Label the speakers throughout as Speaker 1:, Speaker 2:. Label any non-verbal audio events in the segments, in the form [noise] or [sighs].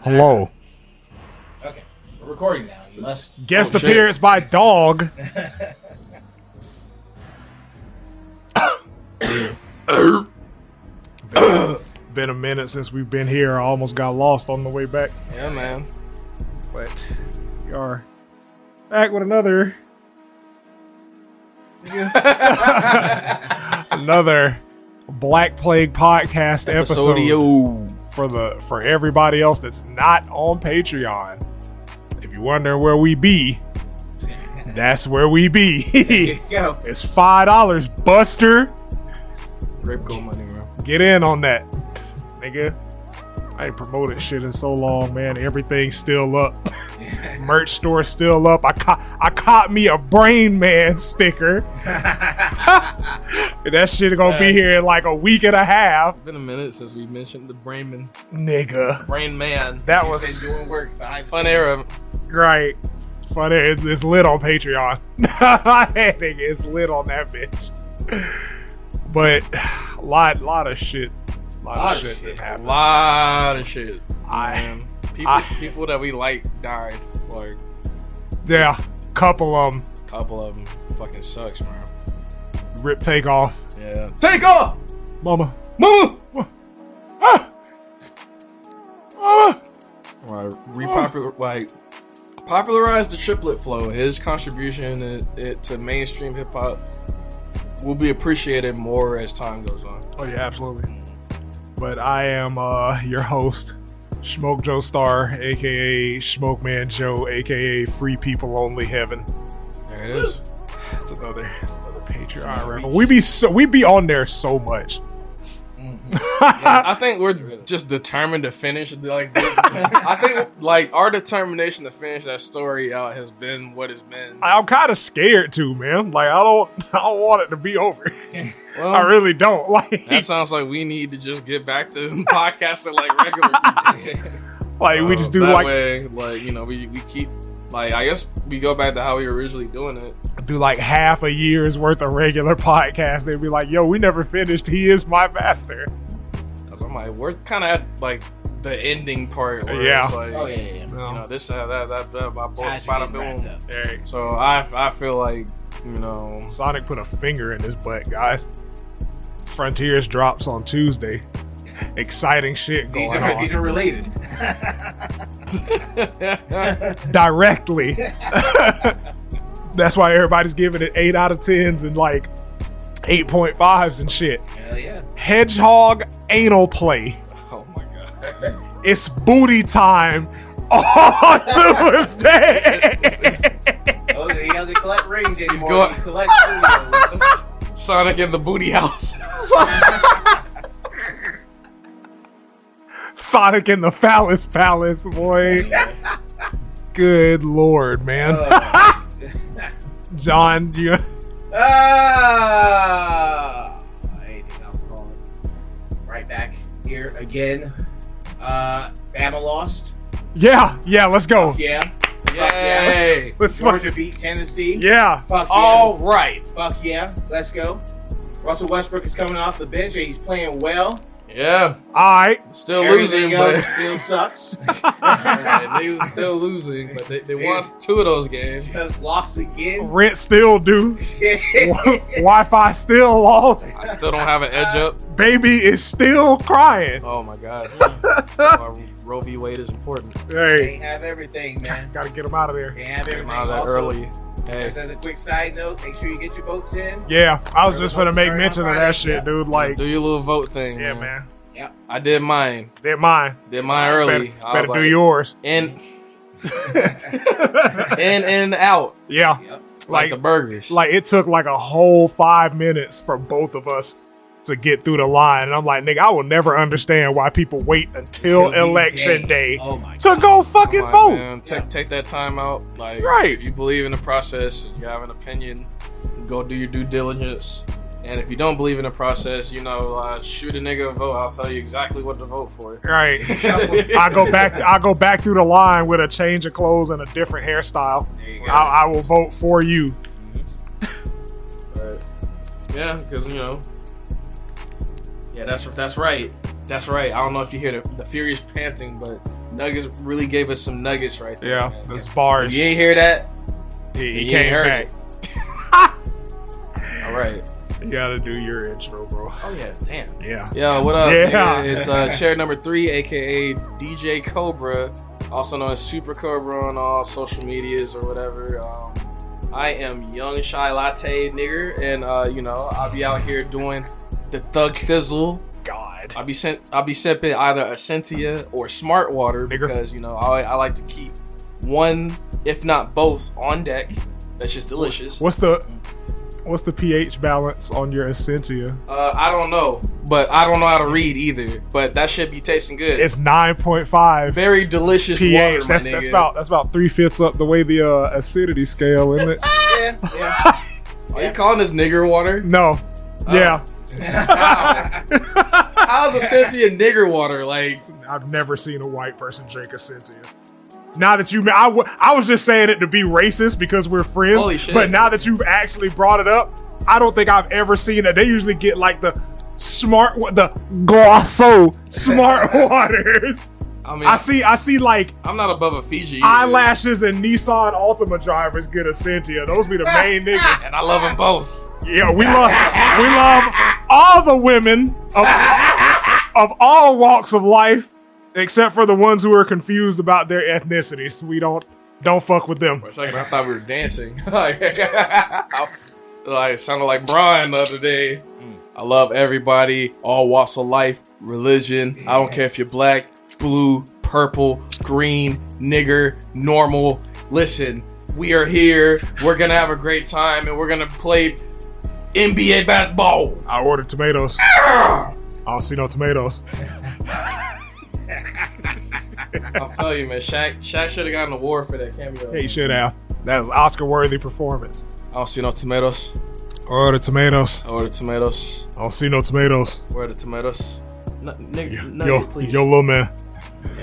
Speaker 1: Hello.
Speaker 2: Okay, we're recording now. You must.
Speaker 1: Guest
Speaker 3: Oh, shit.
Speaker 1: appearance by
Speaker 3: [laughs]
Speaker 1: dog. [coughs] been, been a minute since we've been here. I almost got lost on the way back,
Speaker 3: Yeah, man.
Speaker 1: but we are back with another
Speaker 3: [laughs]
Speaker 1: [laughs] another Black Plague podcast episode.
Speaker 3: Episodio.
Speaker 1: for the for everybody else that's not on Patreon. If you wonder where we be, that's where we
Speaker 2: [laughs]
Speaker 1: be.
Speaker 2: Go.
Speaker 1: it's five dollars, Buster.
Speaker 3: Ripco money, bro.
Speaker 1: Get in on that, nigga. I ain't promoted shit in so long, man. Everything's still up. Merch store still up. I caught I caught me a Brain Man sticker. And that shit gonna be here in like a week and a half,
Speaker 3: Been a minute since we mentioned the Brainman.
Speaker 1: nigga.
Speaker 3: Brain Man.
Speaker 1: That
Speaker 2: Been
Speaker 1: was
Speaker 2: doing work behind the
Speaker 3: Fun
Speaker 2: scenes.
Speaker 3: era.
Speaker 1: Right. Funny, it's, it's lit on Patreon. [laughs] I think it's lit on that bitch. But [sighs] lot, lot of shit, lot,
Speaker 2: Lot
Speaker 1: of
Speaker 2: of
Speaker 1: shit,
Speaker 2: shit.
Speaker 1: that
Speaker 3: A
Speaker 1: happened.
Speaker 3: lot of shit.
Speaker 1: I,
Speaker 3: Man. People,
Speaker 1: I-
Speaker 3: people that we like died. Like,
Speaker 1: yeah, couple of them
Speaker 3: a couple of them fucking sucks, bro.
Speaker 1: rip take off,
Speaker 3: Yeah.
Speaker 2: Take off,
Speaker 1: mama.
Speaker 2: mama.
Speaker 1: Ah! Ah!
Speaker 3: Like, repopular, like, popularized the triplet flow. His contribution it, it, to mainstream hip hop will be appreciated more as time goes on.
Speaker 1: Oh yeah, absolutely. But I am uh, your host, Smoke Joe Star, aka Smoke Man Joe, aka Free People Only Heaven.
Speaker 3: There it is.
Speaker 1: That's another, that's another Patreon reference. We be so we be on there so much. [laughs]
Speaker 2: Mm-hmm. [laughs]
Speaker 3: I think we're just determined to finish. Like, this.
Speaker 2: Oh,
Speaker 3: I think like our determination to finish that story out has been what it's been.
Speaker 1: I'm kind of scared too, man. Like I don't, [laughs] I don't want it to be over.
Speaker 3: Well,
Speaker 1: I really don't. [laughs] Like,
Speaker 3: that sounds like we need to just get back to [laughs] podcasting like regular.
Speaker 2: [laughs]
Speaker 3: people.
Speaker 1: like we
Speaker 3: Uh,
Speaker 1: just do
Speaker 3: that
Speaker 1: like
Speaker 3: way, like you know we we keep like I guess we go back to how we were originally doing it.
Speaker 1: do like half a year's worth of regular [laughs] podcast. They'd be like, "Yo, we never finished. He is my master."
Speaker 3: Cause I'm like we're kind of at like the ending part. Where
Speaker 1: Yeah.
Speaker 3: It's like,
Speaker 2: Oh yeah, yeah, yeah.
Speaker 3: You know this that that that that. By
Speaker 2: Ties are
Speaker 3: bada
Speaker 2: getting wrapped
Speaker 3: boom.
Speaker 2: up.
Speaker 1: Um, Hey,
Speaker 3: So I I feel like you know
Speaker 1: Sonic put a finger in his butt, guys. Frontiers drops on Tuesday. [laughs] Exciting shit
Speaker 2: These
Speaker 1: going
Speaker 2: are, these
Speaker 1: on
Speaker 2: are related.
Speaker 1: directly.
Speaker 3: [laughs]
Speaker 1: [laughs] That's why everybody's giving it eight out of tens and like eight point fives and shit.
Speaker 2: Hell yeah.
Speaker 1: hedgehog anal play.
Speaker 3: oh my god.
Speaker 1: It's booty time on [laughs] Tuesday.
Speaker 2: Oh, he doesn't collect rings anymore.
Speaker 3: going-
Speaker 2: He collects [laughs] studios.
Speaker 3: Sonic in the Booty House.
Speaker 1: Sonic in the Phallus Palace, boy. Good lord, man.
Speaker 3: Uh,
Speaker 1: John, you
Speaker 2: Ah, anything alcoholic. Right back here again. Uh, Bama lost.
Speaker 1: Yeah, yeah, let's go.
Speaker 2: Yeah.
Speaker 3: Yay!
Speaker 1: Let's fuck.
Speaker 2: Georgia beat Tennessee.
Speaker 1: Yeah.
Speaker 2: Fuck yeah.
Speaker 3: All right.
Speaker 2: Fuck yeah. Let's go. Russell Westbrook is coming off the bench. and He's playing well.
Speaker 3: Yeah, [laughs]
Speaker 1: Alright.
Speaker 3: still
Speaker 2: Everything
Speaker 3: losing, but
Speaker 2: else still
Speaker 3: [laughs]
Speaker 2: sucks.
Speaker 3: Yeah, they was still losing, but they, they won two of those games.
Speaker 2: Just lost again. [laughs]
Speaker 1: Rent still due. wi Fi still off.
Speaker 3: I still don't have an edge up.
Speaker 1: Baby is still crying.
Speaker 3: Oh my god. [laughs] Why Roe v. Wade is important.
Speaker 1: Hey,
Speaker 2: Can't have everything, man.
Speaker 1: gotta get him out of there.
Speaker 2: Can't have
Speaker 3: Came
Speaker 2: everything.
Speaker 3: out of that
Speaker 2: Also,
Speaker 3: early. Hey,
Speaker 2: Just as a quick side note, make sure you get your votes in.
Speaker 1: Yeah, I was just
Speaker 2: Sorry,
Speaker 1: gonna make
Speaker 2: sorry,
Speaker 1: mention
Speaker 2: I'm
Speaker 1: of
Speaker 2: Friday.
Speaker 1: that shit, dude. Like,
Speaker 3: do your little vote thing.
Speaker 1: yeah, man,
Speaker 3: I did mine.
Speaker 1: they're mine.
Speaker 3: Did mine early.
Speaker 1: Better,
Speaker 3: I
Speaker 1: better do
Speaker 3: was like,
Speaker 1: yours. [laughs]
Speaker 3: In, in and out.
Speaker 1: Yeah,
Speaker 2: Yep.
Speaker 3: Like,
Speaker 1: like,
Speaker 3: the
Speaker 1: like,
Speaker 3: burgers.
Speaker 1: it took like a whole five minutes for both of us to get through the line, and I'm like, nigga, I will never understand why people wait until
Speaker 2: Till the
Speaker 1: election
Speaker 2: day.
Speaker 1: day
Speaker 2: Oh my
Speaker 1: to go fucking
Speaker 3: Like,
Speaker 1: vote.
Speaker 3: man, take,
Speaker 2: Yeah.
Speaker 3: take that time out. Like,
Speaker 1: Right.
Speaker 3: if you believe in the process and you have an opinion, go do your due diligence. And if you don't believe in the process, you know, uh, shoot a nigga a vote. I'll tell you exactly what to
Speaker 1: [laughs]
Speaker 3: vote for.
Speaker 1: Right. I go back. I go back through the line with a change of clothes and a different hairstyle.
Speaker 2: There you go.
Speaker 1: I, I will vote for you.
Speaker 3: But, yeah, because, you know. Yeah, that's that's right. That's right. I don't know if you hear the, the furious panting, but Nuggets really gave us some nuggets right there.
Speaker 1: Yeah,
Speaker 3: man.
Speaker 1: that's
Speaker 3: If
Speaker 1: bars.
Speaker 3: you ain't hear that,
Speaker 1: he, he
Speaker 3: you ain't
Speaker 1: came
Speaker 3: heard
Speaker 1: back.
Speaker 3: it. all right.
Speaker 1: You gotta do your intro, bro.
Speaker 3: Oh yeah, damn.
Speaker 1: Yeah.
Speaker 3: Yeah, what up?
Speaker 1: Yeah.
Speaker 3: nigga? It's uh, chair number three, aka DJ Cobra, also known as Super Cobra on all social medias or whatever. Um, I am Young Shy Latte nigger, and uh, you know I'll be out here doing the thug thizzle.
Speaker 1: God.
Speaker 3: I'll be sent. I'll be sipping either Essentia or Smart Water
Speaker 1: Nigger.
Speaker 3: because you know I, I like to keep one, if not both, on deck. That's just delicious.
Speaker 1: What's the what's the pH balance on your Essentia?
Speaker 3: Uh, I don't know, but I don't know how to read either. But that should be tasting good.
Speaker 1: It's nine point five.
Speaker 3: very delicious
Speaker 1: pH.
Speaker 3: water, my
Speaker 1: that's
Speaker 3: nigga.
Speaker 1: that's about that's about three fifths up the way the uh, acidity scale, isn't it?
Speaker 2: Yeah, yeah.
Speaker 3: Are you calling this
Speaker 1: [laughs]
Speaker 3: nigger water? [laughs]
Speaker 1: no.
Speaker 3: Uh,
Speaker 1: yeah.
Speaker 3: How- How's a sentient nigger water? Like,
Speaker 1: I've never seen a white person drink Essentia. Now that you, I, w- I was just saying it to be racist because we're friends.
Speaker 3: Holy shit.
Speaker 1: But now that you've actually brought it up, I don't think I've ever seen that. They usually get like the smart, wa- the glosso
Speaker 3: [laughs]
Speaker 1: smart waters.
Speaker 3: I mean,
Speaker 1: I
Speaker 3: I
Speaker 1: see, I see like
Speaker 3: am not above a Fiji. either.
Speaker 1: eyelashes and Nissan Altima drivers get Essentia. Those be the
Speaker 3: [laughs]
Speaker 1: main niggas.
Speaker 3: and I love them both.
Speaker 1: Yeah, we love we love all the women of of all walks of life, except for the ones who are confused about their ethnicities. We don't don't fuck with them.
Speaker 3: For a second, I thought we were dancing. [laughs] like, it sounded like Brian the other day.
Speaker 1: Mm.
Speaker 3: I love everybody, all walks of life, religion. I don't care if you're black, blue, purple, green, nigger, normal. Listen, we are here. We're gonna have a great time, and we're gonna play NBA basketball.
Speaker 1: I ordered tomatoes. I don't see no tomatoes.
Speaker 3: I'll tell you, man. Shaq, Shaq should have gotten an award for that cameo.
Speaker 1: Hey, should have. That is Oscar worthy performance.
Speaker 3: I don't see no tomatoes.
Speaker 1: I ordered tomatoes.
Speaker 3: I ordered tomatoes.
Speaker 1: I don't see no tomatoes.
Speaker 3: Where are the tomatoes? No, nigga,
Speaker 1: yo,
Speaker 3: please.
Speaker 1: yo, little
Speaker 3: [laughs]
Speaker 1: man.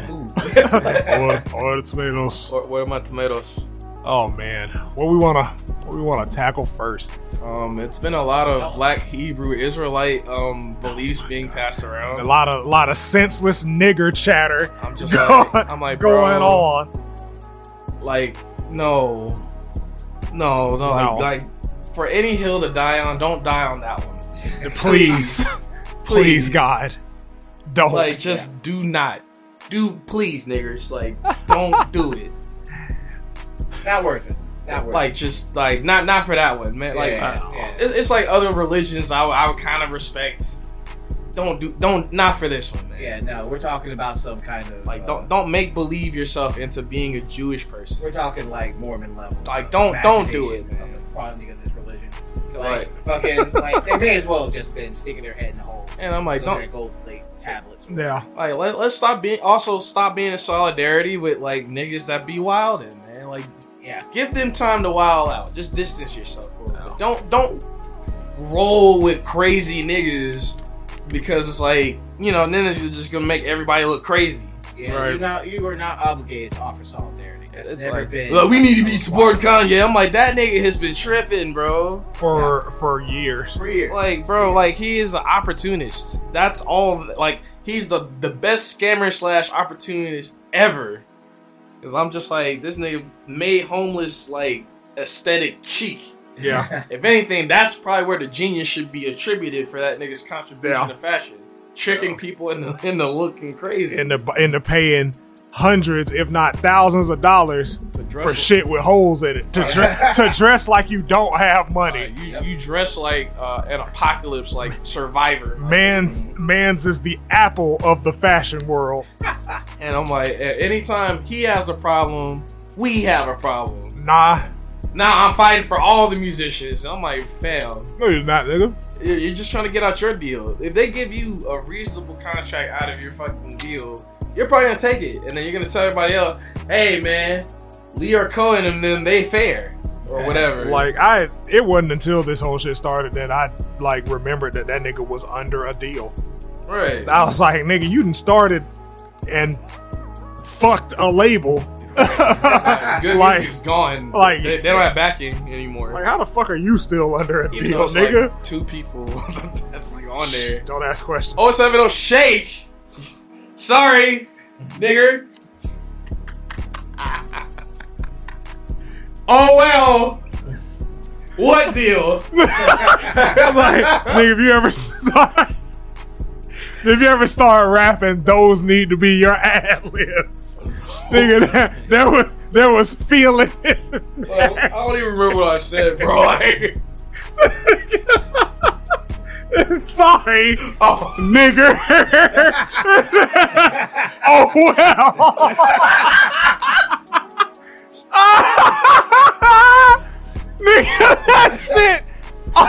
Speaker 3: Ooh.
Speaker 1: I ordered, I ordered tomatoes.
Speaker 3: Where, where are my tomatoes?
Speaker 1: Oh man, what we wanna what we wanna tackle first?
Speaker 3: Um, it's been a lot of Black Hebrew Israelite um beliefs being passed around.
Speaker 1: A lot of lot of senseless nigger chatter.
Speaker 3: I'm just like, I'm like bro,
Speaker 1: going on.
Speaker 3: Like, no, no, no,
Speaker 1: No.
Speaker 3: Like, like, for any hill to die on, don't die on that one.
Speaker 1: please, [laughs] please,
Speaker 3: Please.
Speaker 1: God, don't.
Speaker 3: Like, just do not, do please, niggers. Like, don't do it.
Speaker 2: Not worth it. Not worth
Speaker 3: Like, just like not not for that one, man.
Speaker 2: it.
Speaker 3: Like, uh,
Speaker 2: yeah, yeah.
Speaker 3: it- it's like other religions. I would- I would kind of respect. Don't do don't not for this one, man.
Speaker 2: Yeah, no, we're talking about some kind of
Speaker 3: Like
Speaker 2: uh,
Speaker 3: don't don't make believe yourself into being a Jewish person.
Speaker 2: We're talking like Mormon level.
Speaker 3: Like,
Speaker 2: of
Speaker 3: don't- don't do
Speaker 2: imagination
Speaker 3: it, man.
Speaker 2: Of the fondling of this religion. Like,
Speaker 3: Right.
Speaker 2: fucking, like they may as well have just been sticking their head in the hole.
Speaker 3: And I'm like,
Speaker 2: Like,
Speaker 3: don't
Speaker 2: don't gold plate tablets.
Speaker 1: yeah,
Speaker 3: like let, let's stop being also stop being in solidarity with like niggas that be wilding, man. Like
Speaker 2: Yeah.
Speaker 3: give them time to wild out. Just distance yourself. a little bit. Don't don't roll with crazy niggas because it's like you know then it's just gonna make everybody look crazy.
Speaker 2: Yeah.
Speaker 1: Right.
Speaker 2: You're not. You are not obligated to offer solidarity. That's
Speaker 3: It's
Speaker 2: never
Speaker 3: like,
Speaker 2: been.
Speaker 3: "Look, we need to be supporting Kanye. I'm like, that nigga has been tripping, bro.
Speaker 1: for for years.
Speaker 2: For years.
Speaker 3: Like, bro, like he is an opportunist. That's all. Like, he's the the best scammer slash opportunist ever. Cause I'm just like, this nigga made homeless like aesthetic chic.
Speaker 1: Yeah,
Speaker 3: [laughs] If anything, that's probably where the genius should be attributed for that nigga's contribution
Speaker 1: Yeah.
Speaker 3: to fashion, tricking people into into looking crazy.
Speaker 1: in the in the paying hundreds, if not thousands of dollars
Speaker 3: To dress
Speaker 1: for
Speaker 3: like-
Speaker 1: shit with holes in it to
Speaker 3: [laughs]
Speaker 1: dress to dress like you don't have money.
Speaker 3: Like, you, you dress like uh, an apocalypse, like survivor.
Speaker 1: Man's man's is the apple of the fashion world.
Speaker 3: And I'm like, a- anytime he has a problem, we have a problem.
Speaker 1: Nah,
Speaker 3: Now I'm fighting for all the musicians. I'm like, fam,
Speaker 1: no, you're not, nigga.
Speaker 3: you're you're just trying to get out your deal. If they give you a reasonable contract out of your fucking deal, you're probably gonna take it, and then you're gonna tell everybody else, hey man, Leor Cohen and them they fair or whatever.
Speaker 1: Like I, it wasn't until this whole shit started that I like remembered that that nigga was under a deal.
Speaker 3: right?
Speaker 1: I was like, nigga, you done started and fucked a label. [laughs]
Speaker 3: Like, good
Speaker 1: like-
Speaker 3: like, is gone.
Speaker 1: like-
Speaker 3: they, they don't have backing anymore.
Speaker 1: Like, how the fuck are you still under a
Speaker 3: Even
Speaker 1: deal,
Speaker 3: though it's
Speaker 1: nigga?
Speaker 3: like two people [laughs] that's like on there.
Speaker 1: Don't ask questions.
Speaker 3: Oh, 070 shake. Sorry, nigger. [laughs] Oh well. What
Speaker 1: [laughs]
Speaker 3: deal? [laughs]
Speaker 1: It's [laughs] like, nigga, if you ever start, [laughs] if you ever start rapping, those need to be your [laughs] ad libs. nigga, there, there was there was feeling. [laughs]
Speaker 3: Well, I don't even remember what I said, bro. Like,
Speaker 1: Sorry,
Speaker 3: oh,
Speaker 1: nigger. [laughs] oh well. [laughs] nigga, that shit. [laughs] this [laughs]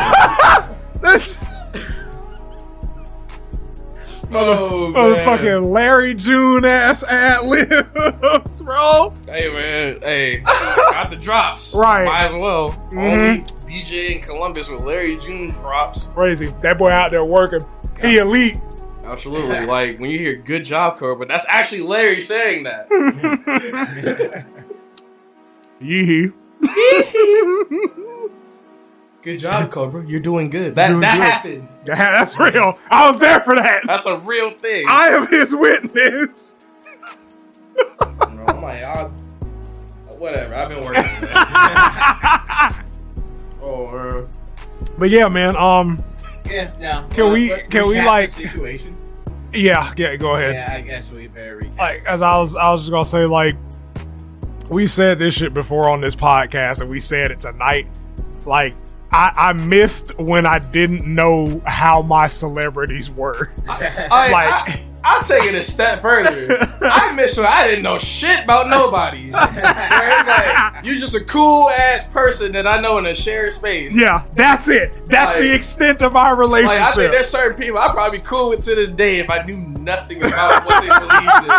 Speaker 3: oh man.
Speaker 1: motherfucking Larry June ass ad libs, bro.
Speaker 3: Hey man, hey, got the drops.
Speaker 1: Right. Mm-hmm.
Speaker 3: Might as well. Only DJ in Columbus with Larry June props.
Speaker 1: Crazy. That boy out there working. He elite. [laughs]
Speaker 3: Absolutely. like when you hear "Good job, Cobra," but that's actually Larry saying that.
Speaker 1: [laughs] Yee.
Speaker 3: good job, Cobra. You're doing good. That that happened.
Speaker 1: Yeah, that's real. I was there for that.
Speaker 3: That's a real thing.
Speaker 1: I am his witness. [laughs]
Speaker 3: You know, I'm like, I, whatever. I've been working. on that. [laughs] oh, man.
Speaker 1: But yeah, man. Um.
Speaker 2: Yeah, no.
Speaker 1: Can we-
Speaker 2: let's
Speaker 1: can we,
Speaker 2: recap
Speaker 1: like-
Speaker 2: the situation?
Speaker 1: Yeah. Yeah. Go ahead.
Speaker 2: Yeah, I guess we better recap.
Speaker 1: Like as I was, I was just gonna say like, we said this shit before on this podcast, and we said it tonight. Like, I I missed when I didn't know how my celebrities were. [laughs]
Speaker 3: I,
Speaker 1: Like-
Speaker 3: I, I'll take it a step further. I miss when I didn't know shit about nobody. [laughs] Where it's like, you just a cool ass person that I know in a shared space.
Speaker 1: Yeah. That's it. That's
Speaker 3: Like-
Speaker 1: the extent of our relationship.
Speaker 3: Like I think there's certain people I'd probably be cool with to this day if I knew nothing about what
Speaker 1: [laughs]
Speaker 3: they believed in.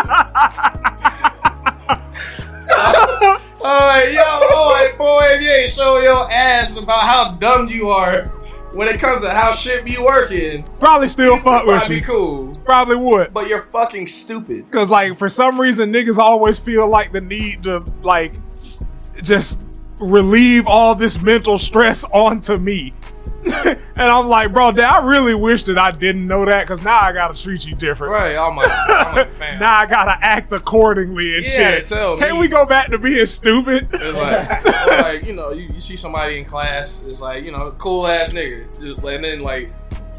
Speaker 3: Alright, yo, boy, boy, if you ain't show your ass about how dumb you are when it comes to how shit be working,
Speaker 1: probably still fuck with
Speaker 3: probably
Speaker 1: you.
Speaker 3: cool.
Speaker 1: Probably would.
Speaker 3: But you're fucking stupid.
Speaker 1: Cause like for some reason niggas always feel like the need to like just relieve all this mental stress [laughs] onto me. and I'm like, bro, dad, I really wish that I didn't know that because now I gotta treat you different.
Speaker 3: Right, I'm like,
Speaker 1: [laughs]
Speaker 3: I'm like fam.
Speaker 1: Now I gotta act accordingly and
Speaker 3: Yeah,
Speaker 1: shit.
Speaker 3: tell
Speaker 1: Can't
Speaker 3: me.
Speaker 1: we go back to being stupid? [laughs]
Speaker 3: It's like, it's like, you know, you, you see somebody in class, it's like, you know, cool ass nigga. Just, and then, like,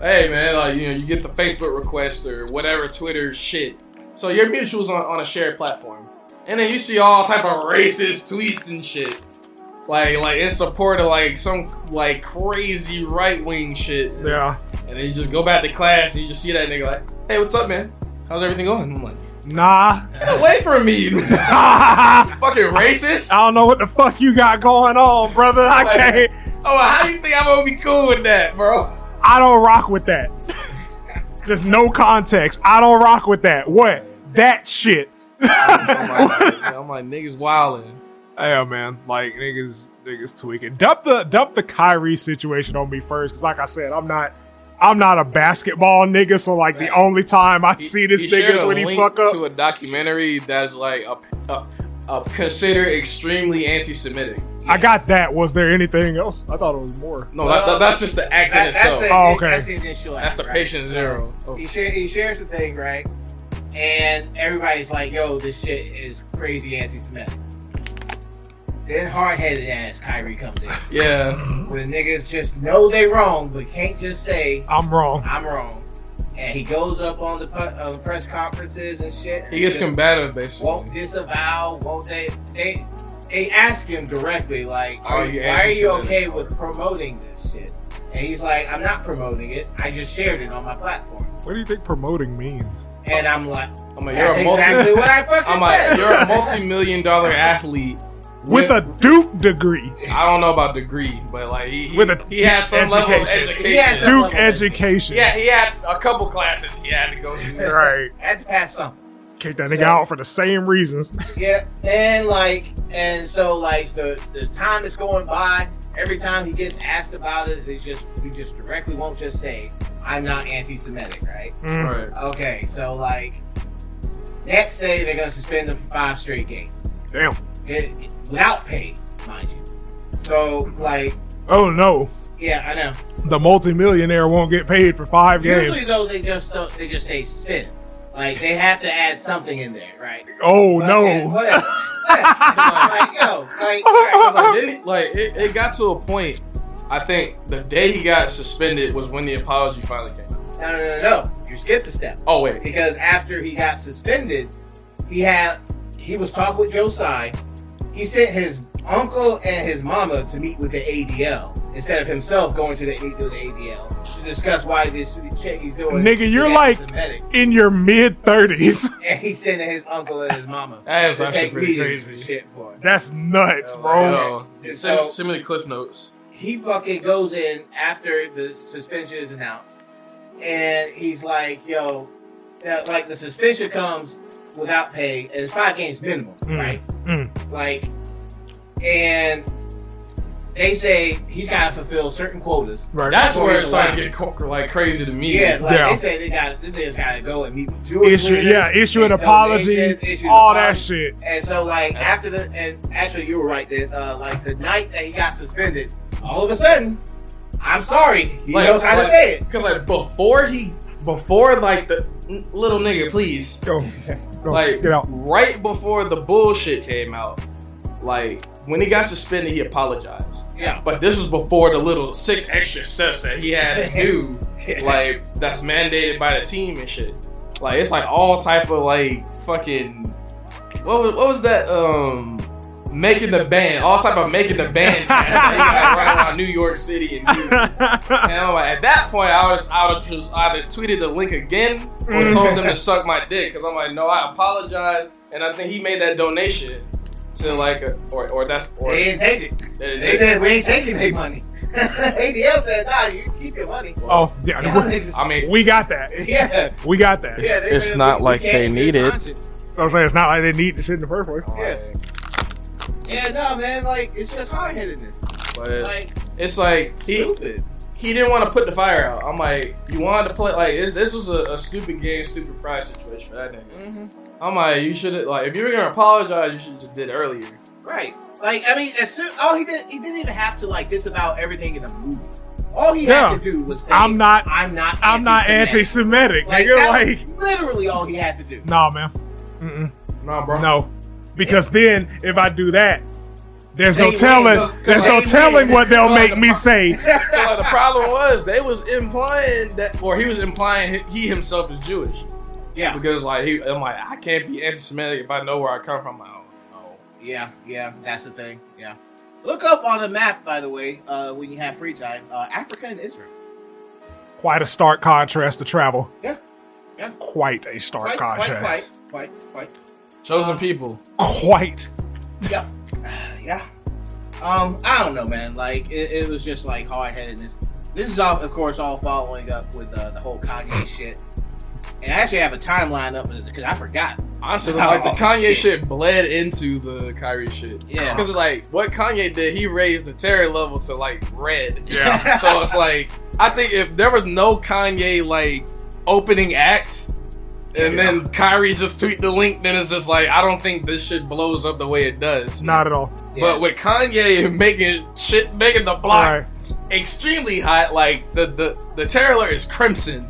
Speaker 3: hey, man, like, you know, you get the Facebook request or whatever, Twitter shit. So your mutual's on, on a shared platform. And then you see all type of racist tweets and shit. Like, like in support of like some like crazy right wing shit.
Speaker 1: yeah.
Speaker 3: And then you just go back to class and you just see that nigga like, hey, what's up, man? How's everything going? I'm like,
Speaker 1: Nah. [laughs]
Speaker 3: get away from me, you [laughs]
Speaker 1: I
Speaker 3: fucking racist.
Speaker 1: don't know what the fuck you got going on, brother. I
Speaker 3: Like-
Speaker 1: can't
Speaker 3: Oh, how you think I'm gonna be cool with that, bro?
Speaker 1: I don't rock with that. [laughs] Just no context. I don't rock with that. What? That shit.
Speaker 3: I'm like, I'm like niggas wildin'.
Speaker 1: Yeah, man. Like niggas, niggas tweaking. Dump the dump the Kyrie situation on me first, because like I said, I'm not, I'm not a basketball nigga. So like the only time I [laughs] see this nigga
Speaker 3: shared
Speaker 1: is
Speaker 3: a
Speaker 1: when he
Speaker 3: link
Speaker 1: fuck up.
Speaker 3: to a documentary that's like a, a, a considered extremely anti-Semitic.
Speaker 1: I got that. Was there anything else? I thought it was more.
Speaker 3: No,
Speaker 2: Well,
Speaker 3: that, that- that's just the act in
Speaker 2: That-
Speaker 3: itself.
Speaker 2: the,
Speaker 3: That's,
Speaker 1: Oh, okay.
Speaker 2: That's the initial. act,
Speaker 3: the
Speaker 2: right?
Speaker 3: patient
Speaker 2: So,
Speaker 3: zero. Oh,
Speaker 2: He, share, he shares the thing, right? And everybody's like, "Yo, this shit is crazy anti-Semitic." Then hard-headed ass Kyrie comes
Speaker 3: [laughs]
Speaker 2: in.
Speaker 3: yeah,
Speaker 2: when niggas just know they wrong but can't just say
Speaker 1: I'm wrong.
Speaker 2: I'm wrong. And he goes up on the pu- uh, the press conferences and shit.
Speaker 3: he gets
Speaker 2: Just
Speaker 3: combative basically.
Speaker 2: Won't disavow. Won't say they. They ask him directly, like,
Speaker 3: Are
Speaker 2: are you,
Speaker 3: you
Speaker 2: "Why are you
Speaker 3: anti-Semitic?
Speaker 2: okay with promoting this shit?" And he's like, "I'm not promoting it. I just shared it on my platform."
Speaker 1: What do you think promoting means?
Speaker 2: And I'm like,
Speaker 3: I'm like, you're
Speaker 2: "That's
Speaker 3: a multi,
Speaker 2: exactly
Speaker 3: [laughs]
Speaker 2: what I fucking
Speaker 3: I'm
Speaker 2: said."
Speaker 3: like, you're a multi-million dollar athlete
Speaker 1: With a Duke degree,
Speaker 3: I don't know about degree, but like he, he-
Speaker 1: With a
Speaker 3: he has some level of
Speaker 1: education.
Speaker 3: education.
Speaker 2: He has some-
Speaker 1: Duke education.
Speaker 3: yeah, he had a couple classes he had to go to.
Speaker 1: Right.
Speaker 2: I had to pass something.
Speaker 1: Kick that nigga out for the same reasons.
Speaker 2: Yeah, and like, and so like the the time is going by. Every time he gets asked about it, they just you just directly won't just say, "I'm not anti-Semitic," right?
Speaker 1: Mm.
Speaker 3: [laughs] Right.
Speaker 2: Okay, so like, next say they're gonna suspend him for five straight games
Speaker 1: Damn.
Speaker 2: It- without pay, mind you. So like,
Speaker 1: Oh no.
Speaker 2: yeah, I know.
Speaker 1: the multimillionaire won't get paid for five
Speaker 2: Usually
Speaker 1: games.
Speaker 2: though, they just don't, they just say spin. Like they have to add something in there, right?
Speaker 1: Oh
Speaker 2: But, yeah,
Speaker 1: no. [laughs]
Speaker 2: whatever. like, yo, like,
Speaker 3: I was like, didn't he- like it, it got to a point. I think the day he got suspended was when the apology finally came. out.
Speaker 2: no, no, no, no. You skipped a step.
Speaker 3: Oh wait,
Speaker 2: because after he got suspended, he had he was talking with Josai. He sent his uncle and his mama to meet with the ADL instead of himself going to the meet with the ADL to discuss why this shit he's doing.
Speaker 1: Nigga, you're
Speaker 2: is
Speaker 1: like-
Speaker 2: anti-Semitic.
Speaker 1: in your mid 30s.
Speaker 2: and he's sending his uncle and his mama
Speaker 3: that is
Speaker 2: to
Speaker 3: actually
Speaker 2: take
Speaker 3: pretty
Speaker 2: meetings and
Speaker 3: crazy.
Speaker 2: shit for
Speaker 1: [laughs]
Speaker 2: it.
Speaker 1: That's nuts,
Speaker 2: Oh,
Speaker 1: bro.
Speaker 3: Yo,
Speaker 2: Okay.
Speaker 3: send,
Speaker 2: So-
Speaker 3: send me the cliff notes.
Speaker 2: he fucking goes in after the suspension is announced, and he's like, "Yo, that, like the suspension comes without pay, and it's five games minimum,
Speaker 1: Mm,
Speaker 2: right?
Speaker 1: mm.
Speaker 2: Like, and they say he's got to fulfill certain quotas.
Speaker 1: Right.
Speaker 3: That's
Speaker 2: That's
Speaker 3: where
Speaker 2: where
Speaker 3: it's
Speaker 2: it's
Speaker 3: started
Speaker 2: like-
Speaker 3: getting co- like crazy to me.
Speaker 2: Yeah, like
Speaker 1: Yeah.
Speaker 2: they say they got this nigga's got to go and meet with Jewish
Speaker 1: Issue,
Speaker 2: leaders,
Speaker 1: yeah, issue an
Speaker 2: make
Speaker 1: apology,
Speaker 2: donations, issue an
Speaker 1: all that
Speaker 2: apology.
Speaker 1: shit.
Speaker 2: And so, like after the and actually, you were right that uh, like the night that he got suspended, all of a sudden, I'm sorry. He
Speaker 3: Like-
Speaker 2: knows how
Speaker 3: like-
Speaker 2: to say it.
Speaker 3: Because like before he, before like the n- little nigga, please,
Speaker 1: Go, go,
Speaker 3: like
Speaker 1: get out.
Speaker 3: right before the bullshit came out, like when he got suspended, he apologized.
Speaker 2: Yeah,
Speaker 3: But this was before the little six extra steps that he had to
Speaker 2: [laughs]
Speaker 3: do, like that's mandated by the team and shit. Like it's like all type of like fucking what was what was that um making the band all type of making the band tasks that he got right
Speaker 2: [laughs]
Speaker 3: around New York City and do. And I'm like, at that point, I was I would just either tweeted the link again
Speaker 2: Mm.
Speaker 3: or told them to suck my dick because I'm like, no, I apologize, and I think he made that donation to like a, or or that's or
Speaker 2: they didn't take it.
Speaker 3: they-
Speaker 2: They said we ain't taking their [laughs] money. ADL said, "Nah, you keep your money."
Speaker 1: [laughs] oh, yeah.
Speaker 2: Y'all
Speaker 1: we're-
Speaker 2: niggas-
Speaker 3: I mean,
Speaker 1: We got that.
Speaker 2: [laughs] yeah,
Speaker 1: We got that.
Speaker 2: yeah. they
Speaker 3: It's
Speaker 2: said,
Speaker 3: not
Speaker 2: we- we
Speaker 3: like
Speaker 2: can't
Speaker 3: they
Speaker 2: do
Speaker 3: need it.
Speaker 2: conscience.
Speaker 1: I'm saying it's not like they need the shit in the first place.
Speaker 2: Yeah. Yeah, no, man. Like it's just hard headedness.
Speaker 3: But
Speaker 2: Like
Speaker 3: it's like he
Speaker 2: stupid.
Speaker 3: he didn't want to put the fire out. I'm like, you wanted to play like this, this was a, a stupid game, stupid prize situation for that nigga.
Speaker 2: hmm
Speaker 3: I'm like, you should have like if you were gonna apologize, you should have just did earlier.
Speaker 2: Right. Like I mean, as soon all he did, he didn't even have to like disavow everything in the movie. All he
Speaker 1: Yeah.
Speaker 2: had to do was say,
Speaker 1: I'm not.
Speaker 2: I'm not,
Speaker 1: I'm not
Speaker 2: anti-Semitic."
Speaker 1: anti-Semitic.
Speaker 2: Like,
Speaker 1: nigga,
Speaker 2: that
Speaker 1: like,
Speaker 2: was literally all he had
Speaker 1: [laughs]
Speaker 2: to do.
Speaker 1: nah, man. Mm-mm.
Speaker 3: Nah, bro.
Speaker 1: No, because then if I do that, there's no
Speaker 3: They-
Speaker 1: telling.
Speaker 3: they-
Speaker 1: There's no
Speaker 3: they-
Speaker 1: telling what they'll
Speaker 3: they-
Speaker 1: make me say.
Speaker 3: the problem was they was implying that, or he was implying he he himself is Jewish
Speaker 2: Yeah,
Speaker 3: because like he, I'm like I can't be anti-Semitic if I know where I come from. My own.
Speaker 2: Oh, yeah, yeah. That's the thing. Yeah. Look up on the map, by the way, uh, when you have free time, uh, Africa and Israel.
Speaker 1: Quite a stark contrast to travel.
Speaker 2: Yeah. Yeah.
Speaker 1: Quite a stark
Speaker 2: Quite, quite,
Speaker 1: contrast.
Speaker 2: quite, quite, quite.
Speaker 3: Chosen
Speaker 2: Uh,
Speaker 3: people.
Speaker 1: quite.
Speaker 2: Yeah, yeah. Um, I don't know, man. Like, it, it was just like hard headedness. This is all, of course, all following up with uh, the whole
Speaker 3: Hmm.
Speaker 2: Kanye shit. And I actually have a timeline up because I forgot.
Speaker 3: Honestly,
Speaker 2: Oh,
Speaker 3: like the Kanye
Speaker 2: shit.
Speaker 3: shit bled into the Kyrie shit.
Speaker 2: Yeah.
Speaker 3: Because it's like what Kanye did, he raised the terror level to like red.
Speaker 1: Yeah.
Speaker 3: [laughs] so it's like I think if there was no Kanye like opening act, and then Kyrie just tweet the link, then it's just like I don't think this shit blows up the way it does.
Speaker 1: Not at all.
Speaker 2: Yeah.
Speaker 3: But with Kanye making shit, making the
Speaker 1: Right.
Speaker 3: block extremely hot, like the the the terror alert is crimson.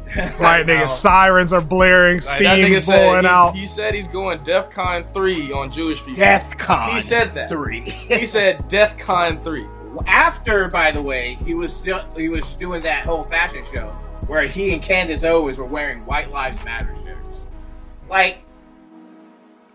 Speaker 1: Right,
Speaker 3: [laughs]
Speaker 1: nigga. Sirens are blaring,
Speaker 3: Like, that nigga
Speaker 1: steam's
Speaker 3: said
Speaker 1: blowing
Speaker 3: he's-
Speaker 1: out.
Speaker 3: He said he's going DefCon three on Jewish people.
Speaker 1: Death con.
Speaker 3: He said that.
Speaker 1: three.
Speaker 3: He said DefCon three.
Speaker 2: After, by the way, he was still he was doing that whole fashion show where he and Candace Owens were wearing White Lives Matter shirts. Like,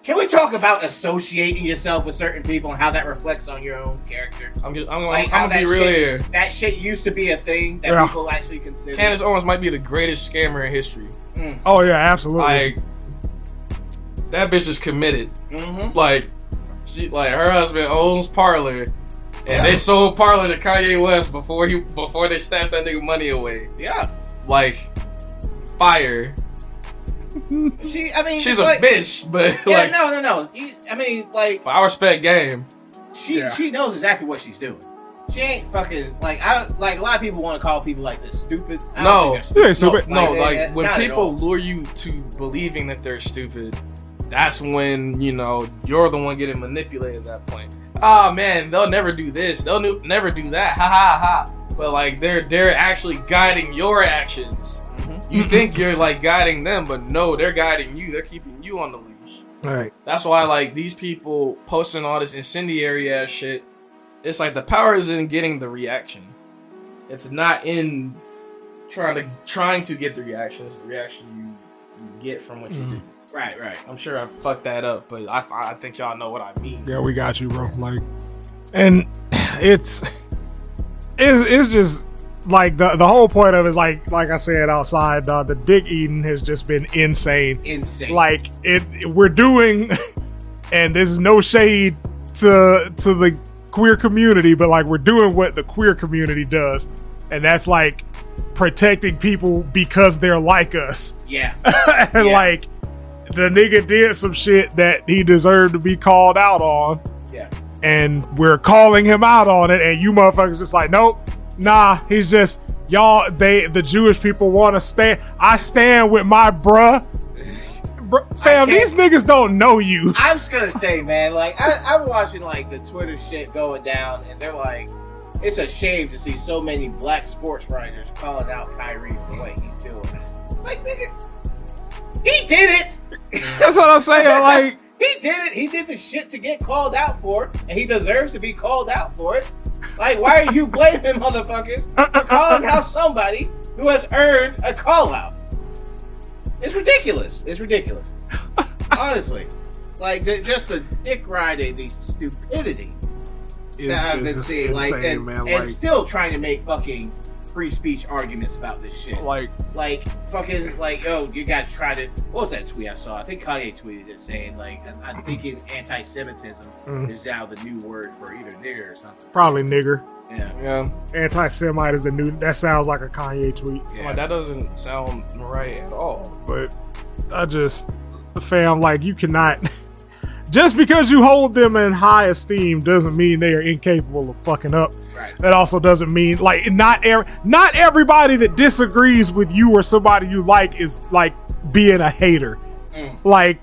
Speaker 2: can we talk about associating yourself with certain people and how that reflects on your own character?
Speaker 3: I'm just, I'm, gonna-
Speaker 2: Like how
Speaker 3: I'm gonna
Speaker 2: that
Speaker 3: be real
Speaker 2: shit,
Speaker 3: here.
Speaker 2: that shit used to be a thing that
Speaker 1: Yeah.
Speaker 2: people actually consider.
Speaker 3: Candace Owens might be the greatest scammer in history.
Speaker 1: Oh yeah, absolutely.
Speaker 3: Like that bitch is committed.
Speaker 2: mm-hmm.
Speaker 3: Like she, like her husband owns Parlor, and they sold Parlor to Kanye West before he before they snatched that nigga money away.
Speaker 2: Yeah,
Speaker 3: like fire.
Speaker 2: she. I mean, it's
Speaker 3: She's a
Speaker 2: like,
Speaker 3: bitch, but
Speaker 2: Yeah,
Speaker 3: like
Speaker 2: no, no, no. You- I mean, like
Speaker 3: but I respect game.
Speaker 2: she
Speaker 1: Yeah.
Speaker 2: she knows exactly what she's doing. She ain't fucking like I don't- like a lot of people want to call people like this stupid. I don't
Speaker 3: No.
Speaker 2: think they're
Speaker 1: you ain't
Speaker 2: stupid.
Speaker 1: stupid.
Speaker 3: No, no,
Speaker 2: Like,
Speaker 3: like
Speaker 2: eh, eh,
Speaker 3: when
Speaker 2: not at
Speaker 3: people
Speaker 2: all.
Speaker 3: lure you to believing that they're stupid, that's when you know you're the one getting manipulated at that point. Oh man, they'll never do this. They'll nu- never do that. Ha ha ha. But like they're they're actually guiding your actions.
Speaker 2: Mhm.
Speaker 3: You think you're like guiding them, but no, they're guiding you. They're keeping you on the leash.
Speaker 1: All right.
Speaker 3: That's why like these people posting all this incendiary ass shit. It's like the power is in getting the reaction. It's not in trying to trying to get the reaction. It's the reaction you, you get from what you do.
Speaker 2: Right, right.
Speaker 3: I'm sure I fucked that up, but I I think y'all know what I mean.
Speaker 1: Yeah, we got you, bro. Like, and [sighs] it's it's, it's just like the the whole point of it is like like I said outside, uh, the dick eating has just been insane.
Speaker 2: Insane.
Speaker 1: like it we're doing [laughs] and there's no shade to to the queer community but like we're doing what the queer community does and that's like protecting people because they're like us [laughs]
Speaker 2: yeah.
Speaker 1: and
Speaker 2: Yeah.
Speaker 1: like the nigga did some shit that he deserved to be called out on
Speaker 2: Yeah.
Speaker 1: and we're calling him out on it and you motherfuckers just like nope nah he's just y'all they the jewish people want to stand i stand with my bruh Bru- fam
Speaker 2: can't-
Speaker 1: these niggas don't know you
Speaker 2: I'm just gonna say, man, like I, I'm watching like the Twitter shit going down, and they're like, it's a shame to see so many black sports writers calling out Kyrie for what he's doing. Like, nigga, he did it.
Speaker 1: that's what i'm saying
Speaker 3: [laughs]
Speaker 1: like
Speaker 2: he did it. He did the shit to get called out for, it, and he deserves to be called out for it. Like, why are you [laughs] blaming motherfuckers for
Speaker 1: [laughs]
Speaker 2: calling out somebody who has earned a call out? It's ridiculous.
Speaker 1: [laughs]
Speaker 2: It's ridiculous. Honestly, like the, just the dick riding, the stupidity that I've been seeing, like, and, and still trying to make fucking free speech arguments about this shit
Speaker 1: like
Speaker 2: like fucking like oh you guys try to what was that tweet I saw I think Kanye tweeted it saying like I- I'm thinking anti-Semitism
Speaker 1: Mm.
Speaker 2: is now the new word for either nigger or something
Speaker 1: probably nigger
Speaker 2: yeah
Speaker 3: Yeah.
Speaker 1: anti-semite is the new that sounds like a kanye tweet
Speaker 3: I'm like,
Speaker 2: yeah
Speaker 3: that doesn't sound right at all.
Speaker 1: but I just, fam, like you cannot. [laughs] Just because you hold them in high esteem doesn't mean they are incapable of fucking up.
Speaker 2: right
Speaker 1: That also doesn't mean like not er- not everybody that disagrees with you or somebody you like is like being a hater.
Speaker 2: Mm.
Speaker 1: Like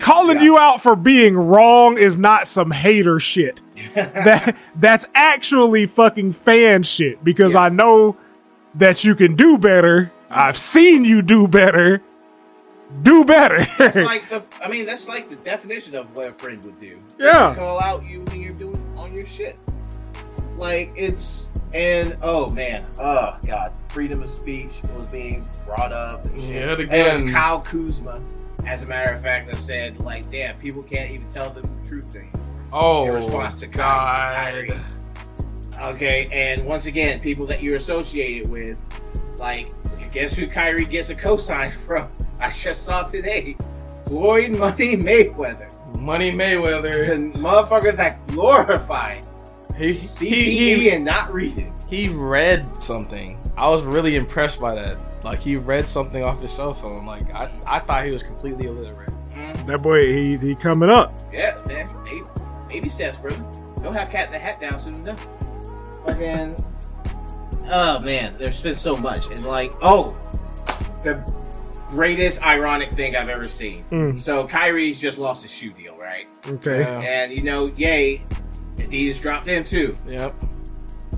Speaker 1: calling
Speaker 2: Yeah.
Speaker 1: you out for being wrong is not some hater shit. [laughs]
Speaker 2: [laughs]
Speaker 1: that that's actually fucking fan shit because
Speaker 2: Yeah.
Speaker 1: I know that you can do better. I've seen you do better. Do
Speaker 2: [laughs]
Speaker 1: better.
Speaker 2: It's like the I mean that's like the definition of what a friend would do
Speaker 1: Yeah.
Speaker 2: call out you when you're doing on your shit like it's and oh man oh god freedom of speech was being brought up and shit.
Speaker 3: Yet
Speaker 2: And it
Speaker 3: again.
Speaker 2: was Kyle Kuzma as a matter of fact that said like damn people can't even tell them the truth anymore
Speaker 3: Oh
Speaker 2: in response to Kyrie.
Speaker 3: God.
Speaker 2: Okay, and once again, people that you're associated with, like, guess who Kyrie gets a cosign [laughs] from? I just saw today. Floyd Money Mayweather.
Speaker 3: Money
Speaker 2: The [laughs]
Speaker 3: Mayweather.
Speaker 2: motherfucker that glorified
Speaker 3: He
Speaker 2: CTE
Speaker 3: he, he
Speaker 2: and not reading.
Speaker 3: he read something. I was really impressed by that. Like he read something off his cell phone. Like I, I thought he was completely illiterate.
Speaker 1: [laughs]
Speaker 2: Mm,
Speaker 1: That boy, he he coming up.
Speaker 2: yeah, man. Baby, baby steps, brother. Don't have cat the hat down soon enough. Fucking. oh, man. There's been so much. And, like, oh, the greatest ironic thing I've ever seen.
Speaker 1: Mm,
Speaker 2: So Kyrie's just lost his shoe deal, right?
Speaker 1: okay.
Speaker 3: Yeah.
Speaker 2: And you know, yay, Adidas dropped him too.
Speaker 3: Yep.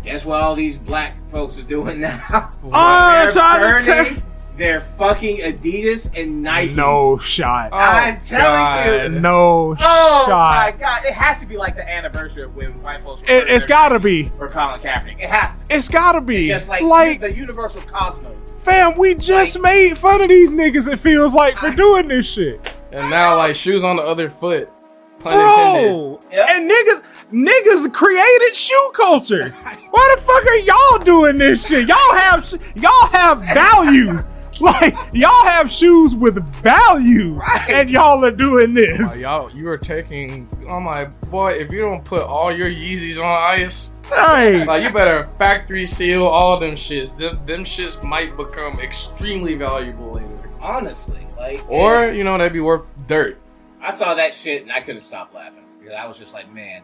Speaker 2: Guess what all these black folks are doing [laughs] now?
Speaker 1: Oh,
Speaker 2: They're
Speaker 1: trying to
Speaker 2: burning
Speaker 1: tell-
Speaker 2: their fucking Adidas and Nikes.
Speaker 1: No shot.
Speaker 2: I'm telling
Speaker 3: Oh, God.
Speaker 1: no
Speaker 2: Oh
Speaker 1: shot.
Speaker 2: my god! It has to be like the anniversary of when white folks. Were
Speaker 1: It, it's gotta be.
Speaker 2: for Colin Kaepernick. It has to.
Speaker 1: It's gotta be.
Speaker 2: Just like,
Speaker 1: like
Speaker 2: the universal cosmos.
Speaker 1: fam, we just made fun of these niggas. It feels like for doing this shit.
Speaker 3: And now like shoes on the other foot. Pun
Speaker 2: [laughs]
Speaker 3: intended.
Speaker 1: Bro,
Speaker 2: Yep.
Speaker 1: and niggas, niggas created shoe [laughs] culture. Why the fuck are y'all doing this shit? Y'all have, sh- y'all have value. [laughs] like y'all have shoes with value, and y'all are doing
Speaker 3: Wow,
Speaker 1: this.
Speaker 3: y'all, you are taking. Oh my boy! If you don't put all your Yeezys on ice,
Speaker 1: Right.
Speaker 3: like you better factory seal all them shits. Them, them shits might become extremely valuable later.
Speaker 2: Honestly, like
Speaker 3: Or you know they'd be worth dirt.
Speaker 2: I saw that shit and I couldn't stop laughing because I was just like, man,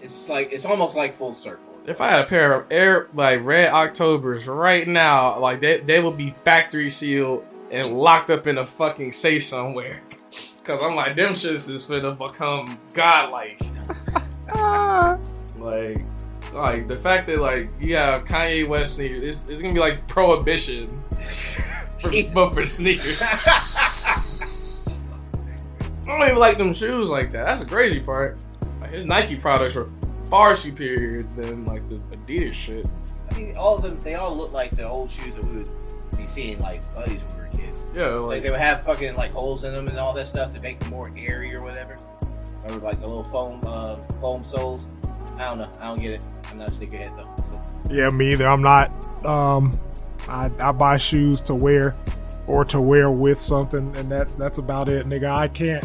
Speaker 2: it's like it's almost like full circle.
Speaker 3: If I had a pair of air like red Octobers right now, like they they would be factory sealed and locked up in a fucking safe somewhere. [laughs] Cause I'm like them shits is finna become godlike. like like the fact that like you have Kanye West sneakers, it's, it's gonna be like prohibition, for,
Speaker 2: Jesus. [laughs]
Speaker 3: but for sneakers. I don't even like them shoes like that. That's the crazy part. Like his Nike products were far superior than like the Adidas shit.
Speaker 2: [laughs] I mean, all of them, they all look like the old shoes that we would be seeing like buddies when we were kids.
Speaker 3: Yeah,
Speaker 2: Like
Speaker 3: like
Speaker 2: they would have fucking like holes in them and all that stuff to make them more airy or whatever. Remember like the little foam uh, foam soles? I don't know. I don't get it. I'm not a sneakerhead though.
Speaker 1: Yeah, me either. I'm not. Um, I, I buy shoes to wear or to wear with something, and that's that's about it, nigga. I can't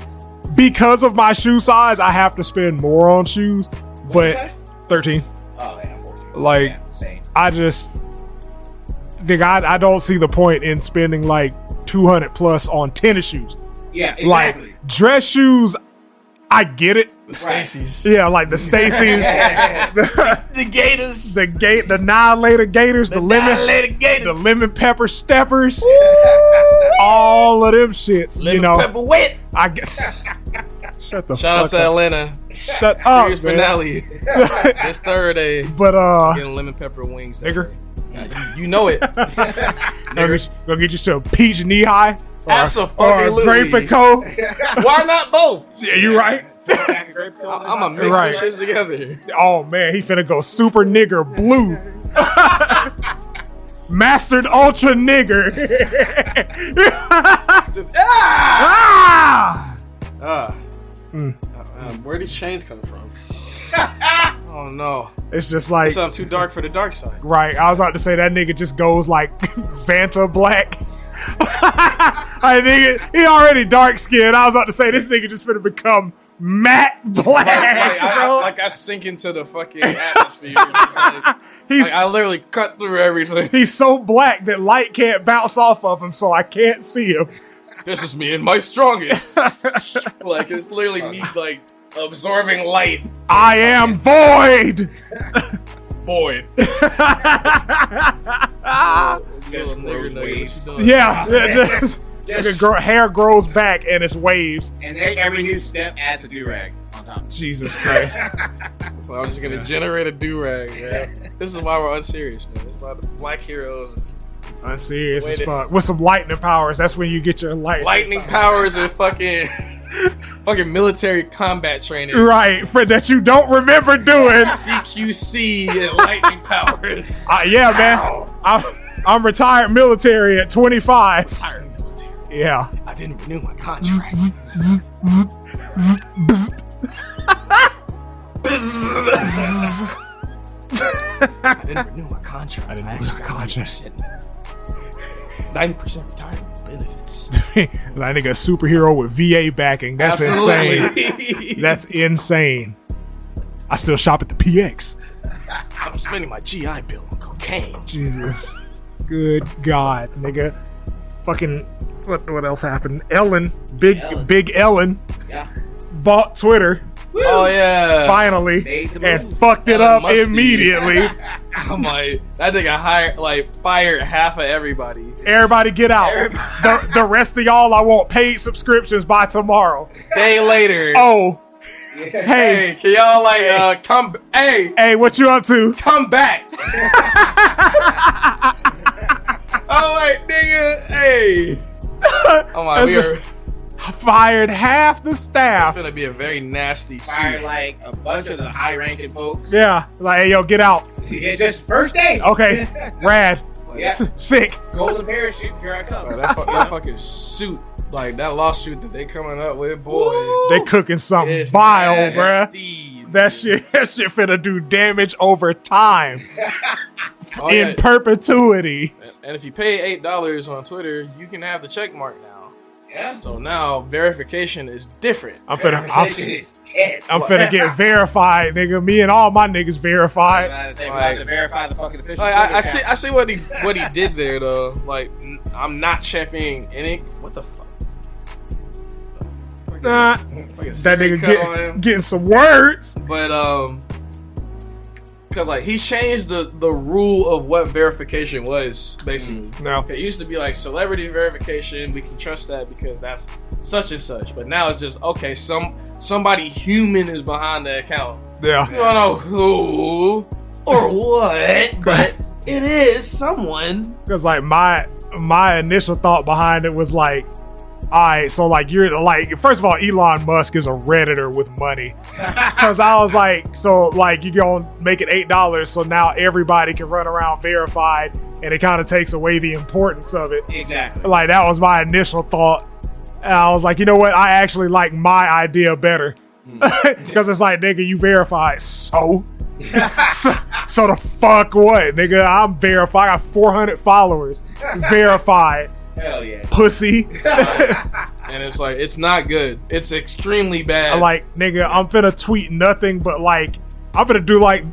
Speaker 1: because of my shoe size. I have to spend more on shoes,
Speaker 2: What'd you
Speaker 1: but
Speaker 2: say?
Speaker 1: 13.
Speaker 2: oh yeah, I'm 14.
Speaker 1: like-
Speaker 2: yeah, same.
Speaker 1: I just nigga, I, I don't see the point in spending like 200 plus on tennis shoes.
Speaker 2: Yeah, exactly.
Speaker 1: Like dress shoes, I get it.
Speaker 3: the Stacy's.
Speaker 1: Yeah, like the Stacy's, [laughs]
Speaker 2: [laughs]
Speaker 1: the,
Speaker 3: The Gators.
Speaker 1: the gate, the nine later Gators, the, lemon,
Speaker 3: Gators.
Speaker 1: the lemon pepper steppers, all of them shits. you know,
Speaker 3: wet.
Speaker 1: I
Speaker 3: [laughs]
Speaker 1: guess. shut the
Speaker 3: Shout out
Speaker 1: fuck
Speaker 3: to Atlanta.
Speaker 1: Shut up, Oh,
Speaker 3: Serious
Speaker 1: man. [laughs]
Speaker 3: finale. this Thursday.
Speaker 1: But uh,
Speaker 3: Getting lemon pepper wings. that
Speaker 1: Nigger.
Speaker 3: day. Yeah, You, you know
Speaker 1: [laughs]
Speaker 3: it.
Speaker 1: go get, you- go get yourself peach knee high, or,
Speaker 3: Absolutely.
Speaker 1: or grape and
Speaker 3: [laughs]
Speaker 1: co.
Speaker 3: Why not both?
Speaker 1: Yeah, you right.
Speaker 3: I'm a mix of
Speaker 1: Right.
Speaker 3: shits together.
Speaker 1: Oh man, he finna go super nigger blue. Mastered ultra nigger.
Speaker 3: Just,
Speaker 1: ah!
Speaker 3: ah! Ah.
Speaker 1: Mm.
Speaker 3: Uh, um, where these chains come from? [laughs] oh no.
Speaker 1: It's just like
Speaker 3: It's um, too dark for the dark side.
Speaker 1: right. I was about to say that nigga just goes like [laughs] Fanta black. [laughs] I nigga, he already dark skinned. I was about to say this nigga just finna become matte black.
Speaker 3: Like, I,
Speaker 1: bro.
Speaker 3: like I sink into the fucking atmosphere. [laughs] It's like, like,
Speaker 1: he's
Speaker 3: I literally cut through everything.
Speaker 1: he's so black that light can't bounce off of him, so I can't see him.
Speaker 3: This is me and
Speaker 1: [laughs]
Speaker 3: my strongest. like it's literally me like absorbing light.
Speaker 1: I am void.
Speaker 3: Void.
Speaker 2: Just grows waves.
Speaker 1: Yeah, yeah, just [laughs] like a gr- hair grows back and it's waves.
Speaker 2: And then every new step adds a do rag on top.
Speaker 1: Jesus [laughs] Christ.
Speaker 3: So I'm just gonna generate a do rag. Man. This is why we're unserious, man. This is why the black heroes is
Speaker 1: I'm serious as
Speaker 3: Wait a-
Speaker 1: fuck. With some lightning powers, that's when you get your light.
Speaker 3: lightning powers and
Speaker 1: [laughs]
Speaker 3: fucking fucking military combat training.
Speaker 1: Right, for that you don't remember [laughs] doing.
Speaker 3: CQC and lightning powers.
Speaker 1: Uh, yeah, man. I'm, I'm retired military at 25.
Speaker 3: Tired of military.
Speaker 1: Yeah. [laughs]
Speaker 3: I didn't renew my contract. I didn't renew my contract. I didn't renew my contract. Ninety percent retirement benefits.
Speaker 1: that nigga a superhero with VA backing. That's
Speaker 2: [laughs]
Speaker 1: insane. That's insane. I still shop at the PX.
Speaker 3: I'm spending my GI Bill on cocaine.
Speaker 1: Jesus. Good God, nigga. Fucking what what else happened? Ellen, big
Speaker 2: Ellen.
Speaker 1: big Ellen
Speaker 2: Yeah.
Speaker 1: bought Twitter
Speaker 3: Oh yeah.
Speaker 1: finally
Speaker 2: Made the
Speaker 1: and
Speaker 2: move.
Speaker 1: fucked it
Speaker 3: Ellen
Speaker 1: up
Speaker 3: Musty.
Speaker 1: immediately.
Speaker 3: [laughs] I'm like that nigga hired like fired half of everybody.
Speaker 1: Everybody get out. The, the rest of y'all I want paid subscriptions by tomorrow.
Speaker 3: Day later.
Speaker 1: Oh, hey,
Speaker 3: Hey, can y'all like uh come? Hey,
Speaker 1: hey, what you up to? [laughs]
Speaker 3: come back. I'm like nigga. Hey. I'm like we are
Speaker 1: Fired half the staff.
Speaker 3: [laughs] gonna be a very nasty
Speaker 2: Fire
Speaker 3: scene.
Speaker 2: like a bunch of the high ranking folks.
Speaker 1: Yeah. Like, hey yo, get out.
Speaker 2: Yeah, just first day.
Speaker 1: Okay. Rad.
Speaker 2: Yeah.
Speaker 1: Sick.
Speaker 2: Golden parachute, here I come.
Speaker 1: Oh,
Speaker 3: Bro, that, fuck, that fucking suit, like that lawsuit that they coming up with, boy.
Speaker 1: They cooking something
Speaker 3: it's
Speaker 1: vile, bruh.
Speaker 3: nasty,
Speaker 1: That
Speaker 3: dude.
Speaker 1: shit, [laughs] that shit finna do damage over time
Speaker 3: Oh,
Speaker 1: in
Speaker 3: yeah.
Speaker 1: perpetuity.
Speaker 3: And if you pay eight dollars on Twitter, you can have the check mark now.
Speaker 2: Yeah.
Speaker 3: So now verification is different.
Speaker 1: I'm finna, I'm,
Speaker 2: It's tense.
Speaker 1: I'm finna get verified, nigga. Me and all my niggas verified.
Speaker 2: I say, we have to verify the fucking official.
Speaker 3: Like, I, I
Speaker 2: Twitter
Speaker 3: see,
Speaker 2: account.
Speaker 3: I see what he what he did there though. Like n- I'm not checking any. What the fuck?
Speaker 1: Nah,
Speaker 3: Fucking
Speaker 1: that
Speaker 3: Siri
Speaker 1: nigga
Speaker 3: cut on him.
Speaker 1: get, getting some words.
Speaker 3: But um, because like he changed the the rule of what verification was basically.
Speaker 1: No,
Speaker 3: It used to be like celebrity verification. We can trust that because that's such and such. But now it's just okay. Some somebody human is behind the account.
Speaker 1: yeah,
Speaker 3: We don't know who or
Speaker 2: [laughs]
Speaker 3: what, but it is someone.
Speaker 1: because like my my initial thought behind it was like, All right, so like you're like first of all, Elon Musk is a redditor with money because I was like, so like you're gonna make it eight dollars, so now everybody can run around verified, and it kind of takes away the importance of it.
Speaker 2: Exactly.
Speaker 1: Like that was my initial thought, and I was like, you know what? I actually like my idea better [laughs] because it's like, nigga, you verified, so. so, so the fuck what, nigga? I'm verified. I got 400 followers. Verified,
Speaker 2: Hell yeah.
Speaker 1: pussy.
Speaker 3: and it's like it's not good. It's extremely bad.
Speaker 1: I'm like, nigga, I'm finna tweet nothing but like, I'm finna do like,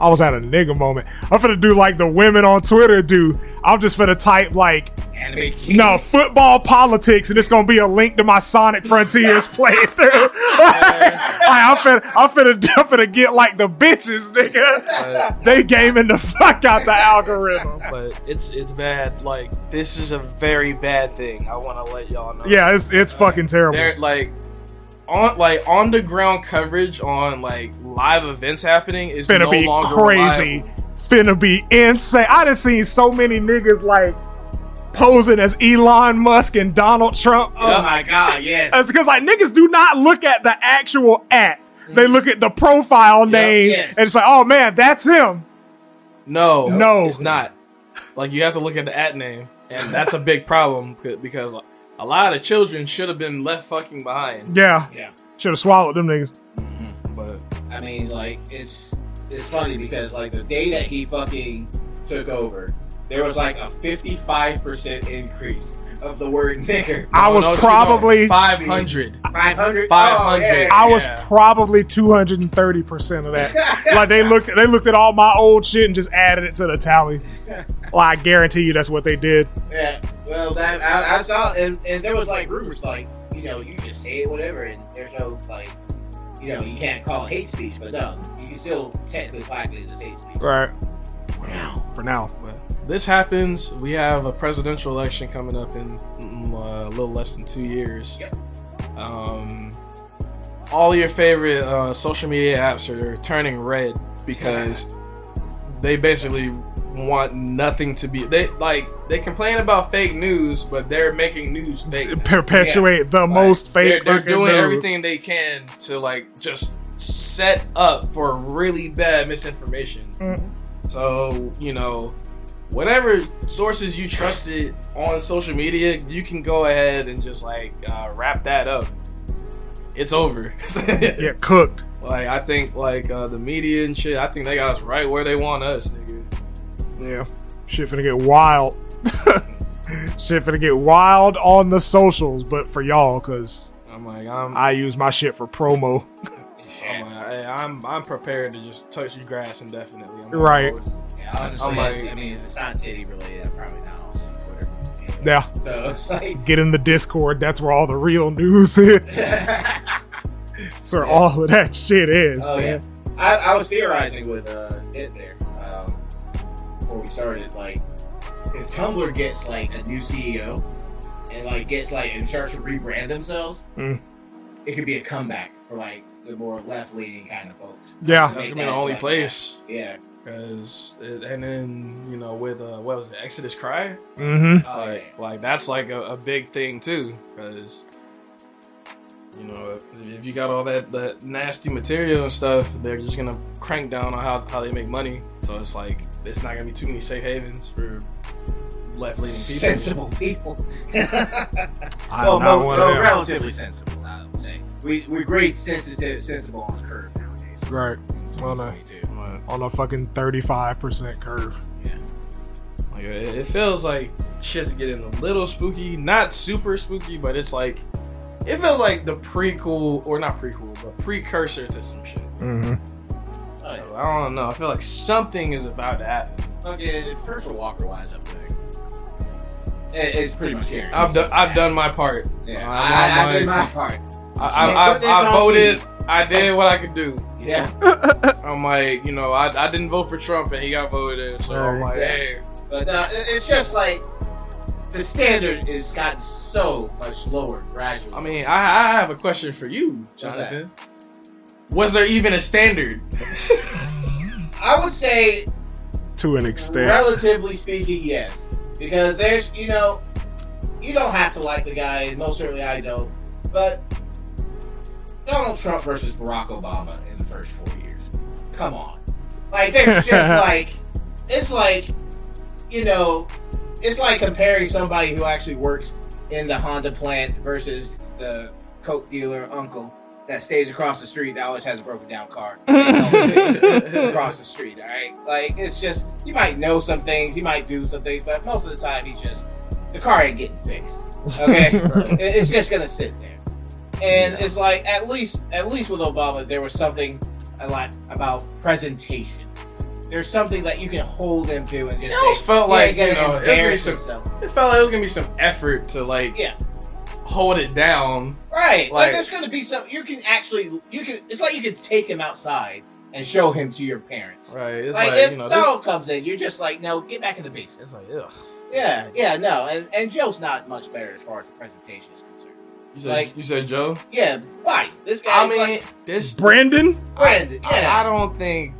Speaker 1: I was at a nigga moment. I'm finna do like the women on Twitter do. I'm just finna type like,
Speaker 2: Anime king.
Speaker 1: no, football politics, and it's gonna be a link to my Sonic
Speaker 3: [laughs]
Speaker 1: Frontiers playthrough. like, [laughs] I'm finna, I'm finna, I'm finna get like the bitches, nigga. they gaming the fuck out the algorithm.
Speaker 4: but it's it's bad. Like this is a very bad thing. I want to let y'all know.
Speaker 1: Yeah, it's it's fucking terrible.
Speaker 3: they're like on like on the ground coverage on like live events happening is
Speaker 1: Finna
Speaker 3: no
Speaker 1: be
Speaker 3: longer
Speaker 1: crazy.
Speaker 3: reliable.
Speaker 1: Finna be insane. I done seen so many niggas like posing as Elon Musk and Donald Trump.
Speaker 2: Oh my god, yes. [laughs]
Speaker 1: That's because like niggas do not look at the actual app.
Speaker 3: Mm.
Speaker 1: They look at the profile name
Speaker 2: yes.
Speaker 1: and it's like, oh man, that's him.
Speaker 3: No,
Speaker 1: No.
Speaker 3: it's not. Like you have to look at the at name, and that's a big problem c- because a lot of children should have been left fucking behind.
Speaker 1: Yeah.
Speaker 2: Yeah.
Speaker 1: Should have swallowed them niggas.
Speaker 3: But
Speaker 2: I mean, like it's it's funny because like the day that he fucking took over, there was like a fifty five percent increase of the word nigger.
Speaker 1: I
Speaker 3: Oh,
Speaker 1: was probably
Speaker 3: five hundred.
Speaker 2: [laughs] Five hundred. Oh,
Speaker 3: 500.
Speaker 1: I was
Speaker 3: Yeah.
Speaker 1: probably 230% of
Speaker 3: [laughs]
Speaker 1: [laughs]
Speaker 2: [laughs]
Speaker 1: that. like they looked they looked at all my old shit and just added it to the tally. well, I guarantee you that's what they did.
Speaker 2: Yeah. Well, that I, I saw, and, and there was like rumors, like you know, you just say it, whatever, and there's no like, you know, you can't call it hate speech, but no, you can still technically flag it as hate speech.
Speaker 1: Right. For now. For now.
Speaker 3: But this happens. We have a presidential election coming up in mm, uh, a little less than two years.
Speaker 2: Yep.
Speaker 3: Um, all your favorite uh, social media apps are turning red because they basically want nothing to be. They like they complain about fake news, but they're making news fake. now.
Speaker 1: Perpetuate the
Speaker 3: Like,
Speaker 1: most fake
Speaker 3: They're, they're
Speaker 1: fucking
Speaker 3: doing
Speaker 1: news.
Speaker 3: everything they can to like just set up for really bad misinformation.
Speaker 1: Mhm.
Speaker 3: So you know, whatever sources you trusted on social media, you can go ahead and just like uh, wrap that up. It's over. [laughs]
Speaker 1: Yeah, cooked.
Speaker 3: Like I think like uh, the media and shit. I think they got us right where they want us, nigga.
Speaker 1: Yeah. Shit finna get wild. [laughs] shit finna get wild on the socials, but for y'all, cause
Speaker 3: I'm like I'm.
Speaker 1: I use my shit for promo.
Speaker 3: I'm, like, I, am I'm prepared to just touch your grass indefinitely. I'm not
Speaker 1: Right.
Speaker 3: worried.
Speaker 2: Yeah, honestly,
Speaker 3: I'm like-
Speaker 2: it's- I mean, if it's not titty related, I'm probably not on Twitter.
Speaker 1: Yeah.
Speaker 2: So it's like,
Speaker 1: Get in the Discord, that's where all the real news is.
Speaker 2: [laughs]
Speaker 1: That's where all of that shit is.
Speaker 2: oh yeah.
Speaker 1: man.
Speaker 2: I, I was theorizing with uh, it there um, before we started. Like, if Tumblr gets like a new CEO and like gets like and starts to rebrand themselves,
Speaker 1: Mm.
Speaker 2: it could be a comeback for like the more left leaning kind of folks.
Speaker 1: Yeah.
Speaker 3: That's gonna be the only place.
Speaker 2: Yeah.
Speaker 3: Cause it, and then you know with uh, what was it Exodus Cry
Speaker 1: Mm-hmm.
Speaker 2: Oh, yeah.
Speaker 3: like that's like a, a big thing too because you know if, if you got all that that nasty material and stuff they're just gonna crank down on how, how they make money so it's like it's not gonna be too many safe havens for left leaning people
Speaker 2: Sensible
Speaker 1: [laughs]
Speaker 2: people.
Speaker 1: I
Speaker 2: well, uh,
Speaker 1: am not
Speaker 2: mo-
Speaker 1: one
Speaker 2: well,
Speaker 1: of them.
Speaker 2: relatively sensible. I would say we we grade sensitive sensible on the curve nowadays.
Speaker 1: Right. Well, no.
Speaker 2: 22.
Speaker 3: But,
Speaker 1: On a fucking 35% curve.
Speaker 2: Yeah.
Speaker 3: like it, it feels like shit's getting a little spooky not super spooky but it's like it feels like the prequel or not prequel but precursor to some shit
Speaker 1: Mm-hmm.
Speaker 2: Oh, yeah.
Speaker 3: I don't know. I feel like something is about to happen.
Speaker 2: Fucking Herschel Walker wise up there. It, it's pretty much here.
Speaker 3: I've done. I've done my part.
Speaker 2: Yeah,
Speaker 3: I-
Speaker 2: I, I, did
Speaker 3: I-
Speaker 2: my part.
Speaker 3: I, I,
Speaker 2: Put
Speaker 3: I,
Speaker 2: this
Speaker 3: I
Speaker 2: on
Speaker 3: voted. I did what I could do.
Speaker 2: Yeah.
Speaker 3: I'm like, you know, I, I didn't vote for Trump and he got voted in. So I'm like,
Speaker 2: Yeah.
Speaker 3: hey,
Speaker 2: But no, it, it's just like the standard has gotten so much lower gradually.
Speaker 3: I mean, I, I have a question for you,
Speaker 2: that?
Speaker 3: Jonathan. Was there even
Speaker 2: [laughs]
Speaker 3: a standard?
Speaker 2: I would say
Speaker 1: To an extent.
Speaker 2: Relatively speaking, yes. Because there's, you know, you don't have to like the guy. Most certainly, I don't. But Donald Trump versus Barack Obama in the first four years. Come on,
Speaker 1: [laughs]
Speaker 2: like there's just like it's like you know, it's like comparing somebody who actually works in the Honda plant versus the coke dealer uncle that stays across the street that always has a broken down [laughs] car across the street. All right, like it's just you might know some things, you might do some things, but most of the time he just the car ain't getting fixed. [laughs] Okay, It- it's just gonna sit there, and it's like at least at least with Obama there was something a lot about presentation. There's something that you can hold him to and just.
Speaker 3: It almost
Speaker 2: say,
Speaker 3: felt
Speaker 2: "Yeah,
Speaker 3: like,
Speaker 2: you're
Speaker 3: you
Speaker 2: gonna
Speaker 3: know,
Speaker 2: embarrass
Speaker 3: everybody's-
Speaker 2: himself."
Speaker 3: It felt like it was gonna be some effort to like
Speaker 2: Yeah.
Speaker 3: hold it down.
Speaker 2: Right. Like,
Speaker 3: Like-
Speaker 2: there's gonna be some you can actually you can it's like you can take him outside and show him to your parents.
Speaker 3: Right. It's
Speaker 2: Like,
Speaker 3: like,
Speaker 2: if
Speaker 3: you know,
Speaker 2: Donald comes in, you're just like, no, get back in the basement.
Speaker 3: this- it's like ugh.
Speaker 2: Yeah, yeah, no, and, and Joe's not much better as far as the presentation is concerned.
Speaker 3: You said
Speaker 2: Like-
Speaker 3: you said Joe.
Speaker 2: Yeah, right. This
Speaker 3: I
Speaker 2: guy's
Speaker 3: mean,
Speaker 2: like
Speaker 3: this
Speaker 1: Brandon?
Speaker 2: Brandon.
Speaker 3: I,
Speaker 2: yeah,
Speaker 3: I don't think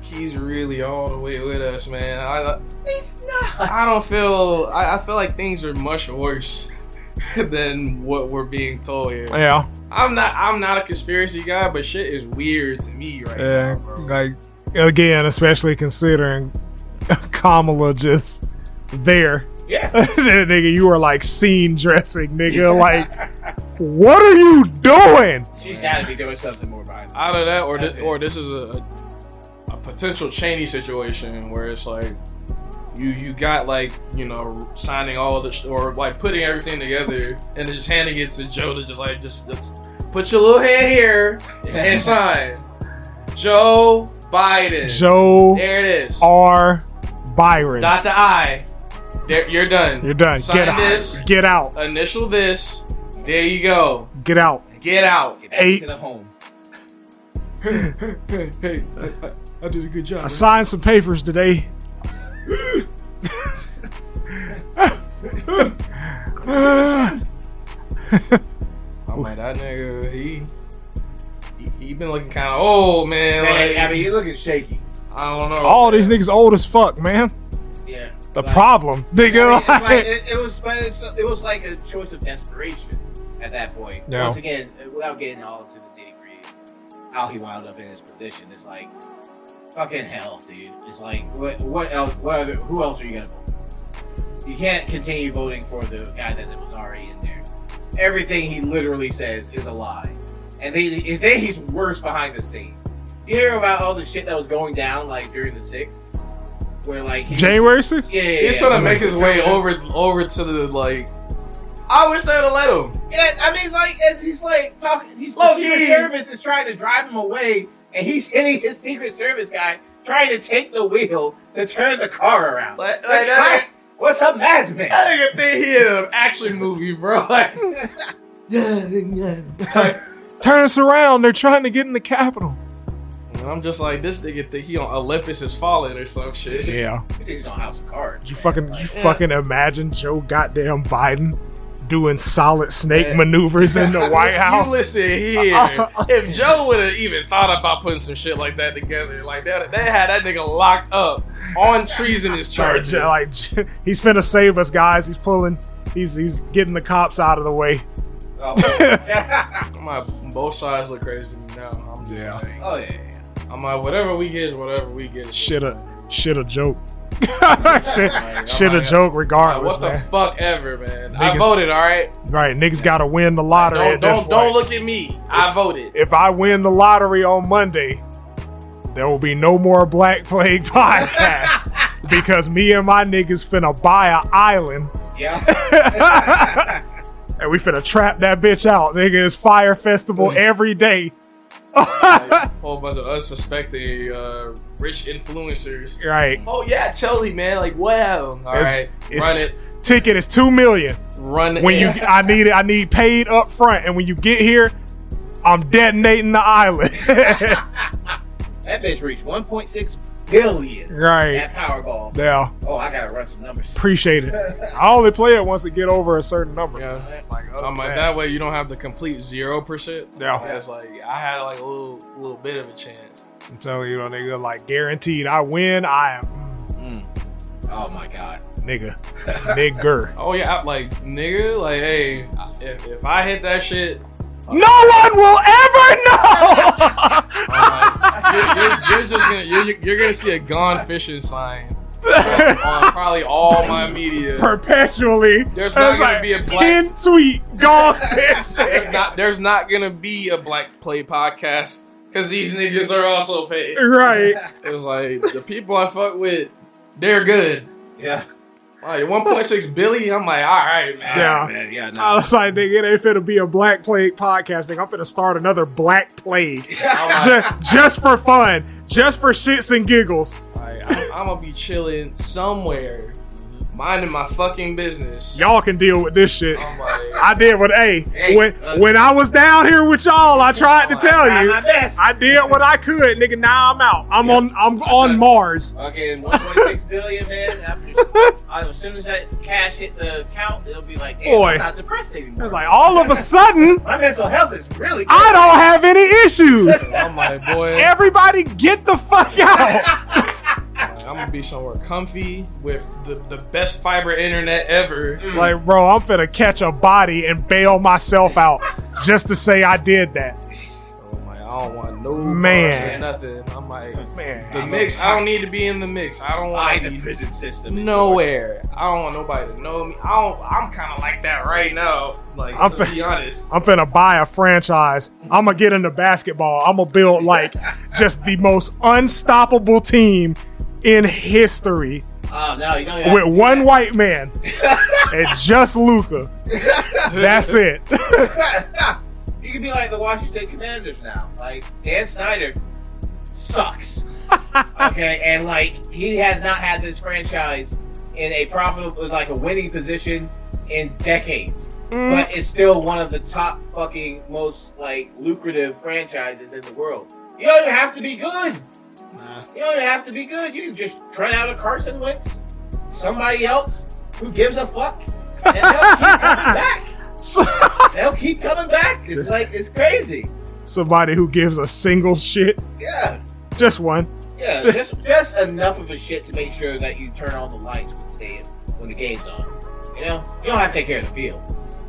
Speaker 3: he's really all the way with us, man. I
Speaker 2: he's not.
Speaker 3: I don't feel I, I feel like things are much worse [laughs] than what we're being told here.
Speaker 1: Yeah.
Speaker 3: I'm not I'm not a conspiracy guy, but shit is weird to me right
Speaker 1: Yeah.
Speaker 3: now, bro.
Speaker 1: Like, again, especially considering [laughs] Kamala just there. [laughs]
Speaker 2: [laughs] Yeah,
Speaker 1: nigga, you are like scene dressing, nigga. Like, what are you doing?
Speaker 2: [laughs] she's got to be doing something more behind. this.
Speaker 3: Either that, or
Speaker 2: That's
Speaker 3: this,
Speaker 2: it.
Speaker 3: or this is a a potential Cheney situation where it's like you you got like you know signing all the sh- or like putting everything together and then just handing it to Joe to just like just, just put your little hand here and sign Joe Biden.
Speaker 1: Joe
Speaker 3: there it is.
Speaker 1: R. Byron.
Speaker 3: Dot the I. There, you're done.
Speaker 1: You're done.
Speaker 3: Sign
Speaker 1: Get out.
Speaker 3: this.
Speaker 1: Get out.
Speaker 3: Initial this. There you go.
Speaker 1: Get out.
Speaker 3: Get out.
Speaker 2: Get back
Speaker 1: Eight.
Speaker 2: to the home.
Speaker 3: hey, hey, hey, I, I did a good job.
Speaker 1: I signed some papers today.
Speaker 3: I'm like that nigga. He he, he been looking kind of old, man.
Speaker 2: Man,
Speaker 3: like,
Speaker 2: I mean, you're looking shaky.
Speaker 3: I don't know.
Speaker 1: All these
Speaker 3: man.
Speaker 1: niggas old as fuck, man.
Speaker 2: Yeah,
Speaker 1: The
Speaker 2: Like-
Speaker 1: problem,
Speaker 2: I mean,
Speaker 1: nigga.
Speaker 2: it's
Speaker 1: [laughs]
Speaker 2: like,
Speaker 1: like-
Speaker 2: it, it was, but it's, it was like a choice of desperation at that point.
Speaker 1: Yeah.
Speaker 2: Once again, without getting all into the nitty gritty, how he wound up in his position, it's like fucking hell, dude. It's like what, what else? What other, who else are you gonna vote? for? You can't continue voting for the guy that was already in there. Everything he literally says is a lie, and then, and then he's worse behind the scenes. You hear about all the shit that was going down like during the sixth, where like he,
Speaker 1: [laughs] January 6th?
Speaker 2: yeah, yeah,
Speaker 3: He's
Speaker 2: yeah.
Speaker 3: trying to make his way over over to the like. I wish they'd have let him.
Speaker 2: Yeah, I mean, like, as he's like talking, he's the
Speaker 3: Low-key.
Speaker 2: Secret Service is trying to drive him away, and he's hitting his Secret Service guy trying to take the wheel to turn the car around.
Speaker 3: Like,
Speaker 2: The
Speaker 3: like
Speaker 2: guy
Speaker 3: that,
Speaker 2: was a madman.
Speaker 3: that nigga think he in an action movie, bro. [laughs] Like, yeah, yeah. Like,
Speaker 1: Turn us around. They're trying to get in the Capitol.
Speaker 3: and I'm just like this nigga think he on Olympus is falling or some shit.
Speaker 1: Yeah.
Speaker 2: He's gonna house of cards.
Speaker 1: You
Speaker 2: man.
Speaker 1: fucking,
Speaker 2: Like,
Speaker 1: you fucking imagine Joe goddamn Biden doing solid snake
Speaker 3: Yeah.
Speaker 1: maneuvers in the White
Speaker 3: You
Speaker 1: House.
Speaker 3: listen
Speaker 1: [laughs]
Speaker 3: here. if Joe would have even thought about putting some shit like that together, like that, they had that nigga locked up on treasonous
Speaker 1: Sorry,
Speaker 3: charges.
Speaker 1: Joe, Like [laughs] he's finna save us, guys. He's pulling. He's he's getting the cops out of the way.
Speaker 2: [laughs] oh,
Speaker 3: [laughs] my both sides look crazy to me now. I'm just
Speaker 1: Yeah.
Speaker 3: like,
Speaker 2: oh, yeah, yeah.
Speaker 3: I'm like, whatever we get is whatever we get.
Speaker 1: Shit
Speaker 3: up.
Speaker 1: a shit a joke. [laughs] shit, [laughs] shit a
Speaker 3: God.
Speaker 1: joke regardless,
Speaker 3: what
Speaker 1: man.
Speaker 3: the fuck ever, man. I
Speaker 1: Niggas-
Speaker 3: voted, all right.
Speaker 1: right, niggas gotta win the lottery
Speaker 3: Don't
Speaker 1: at this
Speaker 3: don't, don't
Speaker 1: point.
Speaker 3: look at me. I voted.
Speaker 1: [laughs] if I win the lottery on Monday, there will be no more Black Plague [laughs] podcasts because me and my niggas finna buy a island
Speaker 3: [laughs]
Speaker 2: yeah.
Speaker 1: and we finna trap that bitch out. Nigga, it's fire
Speaker 3: [laughs]
Speaker 1: festival every day.
Speaker 3: Like, whole bunch of unsuspecting uh, rich influencers.
Speaker 1: Right.
Speaker 3: Oh yeah, totally, man. Like wow. All
Speaker 1: It's-
Speaker 3: right,
Speaker 1: it's-
Speaker 3: run it,
Speaker 1: Ticket is two million.
Speaker 3: run it.
Speaker 1: When you, I need it. I need paid up front, and when you get here, I'm detonating the island. [laughs]
Speaker 2: That bitch reached 1.6 billion.
Speaker 1: right.
Speaker 2: That Powerball.
Speaker 1: Yeah.
Speaker 2: Oh, I gotta run some numbers.
Speaker 1: Appreciate it. I only play it once it get over a certain number.
Speaker 3: Yeah.
Speaker 1: Like, other
Speaker 3: I'm like
Speaker 1: than
Speaker 3: that way you don't have the complete zero percent.
Speaker 1: Yeah.
Speaker 3: That's like I had like a little little bit of a chance.
Speaker 1: I'm telling you, nigga, like guaranteed I win. I am
Speaker 2: Mm. Oh my god.
Speaker 1: [laughs] mm, nigga, nigger.
Speaker 3: Oh yeah, I, like nigga, like hey, if, if I hit that shit,
Speaker 1: No one will ever
Speaker 3: I'm like, you're, you're, you're just gonna you're, you're gonna see a gone fishing sign
Speaker 1: know.
Speaker 3: on probably all my
Speaker 1: [laughs]
Speaker 3: media.
Speaker 1: [laughs] Perpetually,
Speaker 3: There's not
Speaker 1: It's
Speaker 3: gonna be a black-
Speaker 1: pin tweet gone [laughs] fishing.
Speaker 3: There's
Speaker 2: [laughs]
Speaker 3: not, there's not gonna be a Black Play podcast because these niggas are also fake.
Speaker 1: right.
Speaker 3: It's like the people I fuck with, they're good.
Speaker 2: Yeah.
Speaker 3: Like 1.6 billion, I'm like, all right, man.
Speaker 1: Yeah.
Speaker 2: Man, yeah,
Speaker 1: I
Speaker 2: no. [laughs]
Speaker 1: was like, nigga, it ain't finna be a Black Plague podcast. Nigga, I'm finna start another Black
Speaker 3: [laughs]
Speaker 2: Oh,
Speaker 1: Plague
Speaker 3: I'm like,
Speaker 1: just, just for fun, just for shits and giggles.
Speaker 3: Like, I'm, I'm gonna be chilling somewhere, minding my fucking business.
Speaker 1: Y'all can deal with this shit.
Speaker 3: I'm like,
Speaker 1: I did what, hey,
Speaker 2: Hey,
Speaker 1: when
Speaker 2: uh, Oh,
Speaker 1: when I was down here with y'all, I tried to tell
Speaker 2: I
Speaker 1: you,
Speaker 2: my best.
Speaker 1: I did what I could, nigga. Now I'm out. I'm on I'm
Speaker 2: Okay.
Speaker 1: on Mars. [laughs]
Speaker 2: Fucking 1.6 billion, man. After, I- as soon as that cash hits the account, it'll be like, damn,
Speaker 1: Boy.
Speaker 2: I'm not depressed anymore.
Speaker 1: I was like, all of a sudden,
Speaker 2: my mental health is really good.
Speaker 1: I don't have any
Speaker 2: [laughs]
Speaker 1: issues.
Speaker 3: I'm like, boy,
Speaker 1: Everybody, get the fuck
Speaker 2: [laughs]
Speaker 1: out.
Speaker 3: like, I'm gonna be somewhere comfy with the, the best fiber internet ever.
Speaker 2: Mm.
Speaker 1: Like, bro, I'm finna catch a body and bail myself out just to say I did that.
Speaker 3: I'm like, I don't want no
Speaker 1: Man.
Speaker 3: bars or nothing. I'm like, the
Speaker 1: Man,
Speaker 3: mix. I don't need to be in the mix. I
Speaker 2: I
Speaker 3: don't want to
Speaker 2: the
Speaker 3: be
Speaker 2: prison system. is worse.
Speaker 3: nowhere. I don't want nobody to know me. I don't. I'm kind of like that right now. Like,
Speaker 1: I'm
Speaker 3: to
Speaker 1: fa-
Speaker 3: be honest.
Speaker 1: I'm finna buy a franchise. I'm gonna get into basketball. I'm gonna build like just the most unstoppable team in history
Speaker 2: Oh, no, you don't even
Speaker 1: with one white man and just Luca. That's it. [laughs]
Speaker 2: You could be like the Washington Commanders now. Like Dan Snyder sucks. okay, and like he has not had this franchise in a profitable, like a winning position in decades. But it's still one of the top fucking most like lucrative franchises in the world. You don't even have to be good. You don't even have to be good. You can just trot out a Carson Wentz, somebody else who gives a fuck, and they'll keep coming back. They'll keep coming back. It's
Speaker 1: This-
Speaker 2: like it's crazy.
Speaker 1: Somebody who gives a single shit,
Speaker 2: Yeah,
Speaker 1: just one.
Speaker 2: yeah. just just enough of a shit to make sure that you turn on the lights when the game when the game's on. You know, you don't have to take care of the field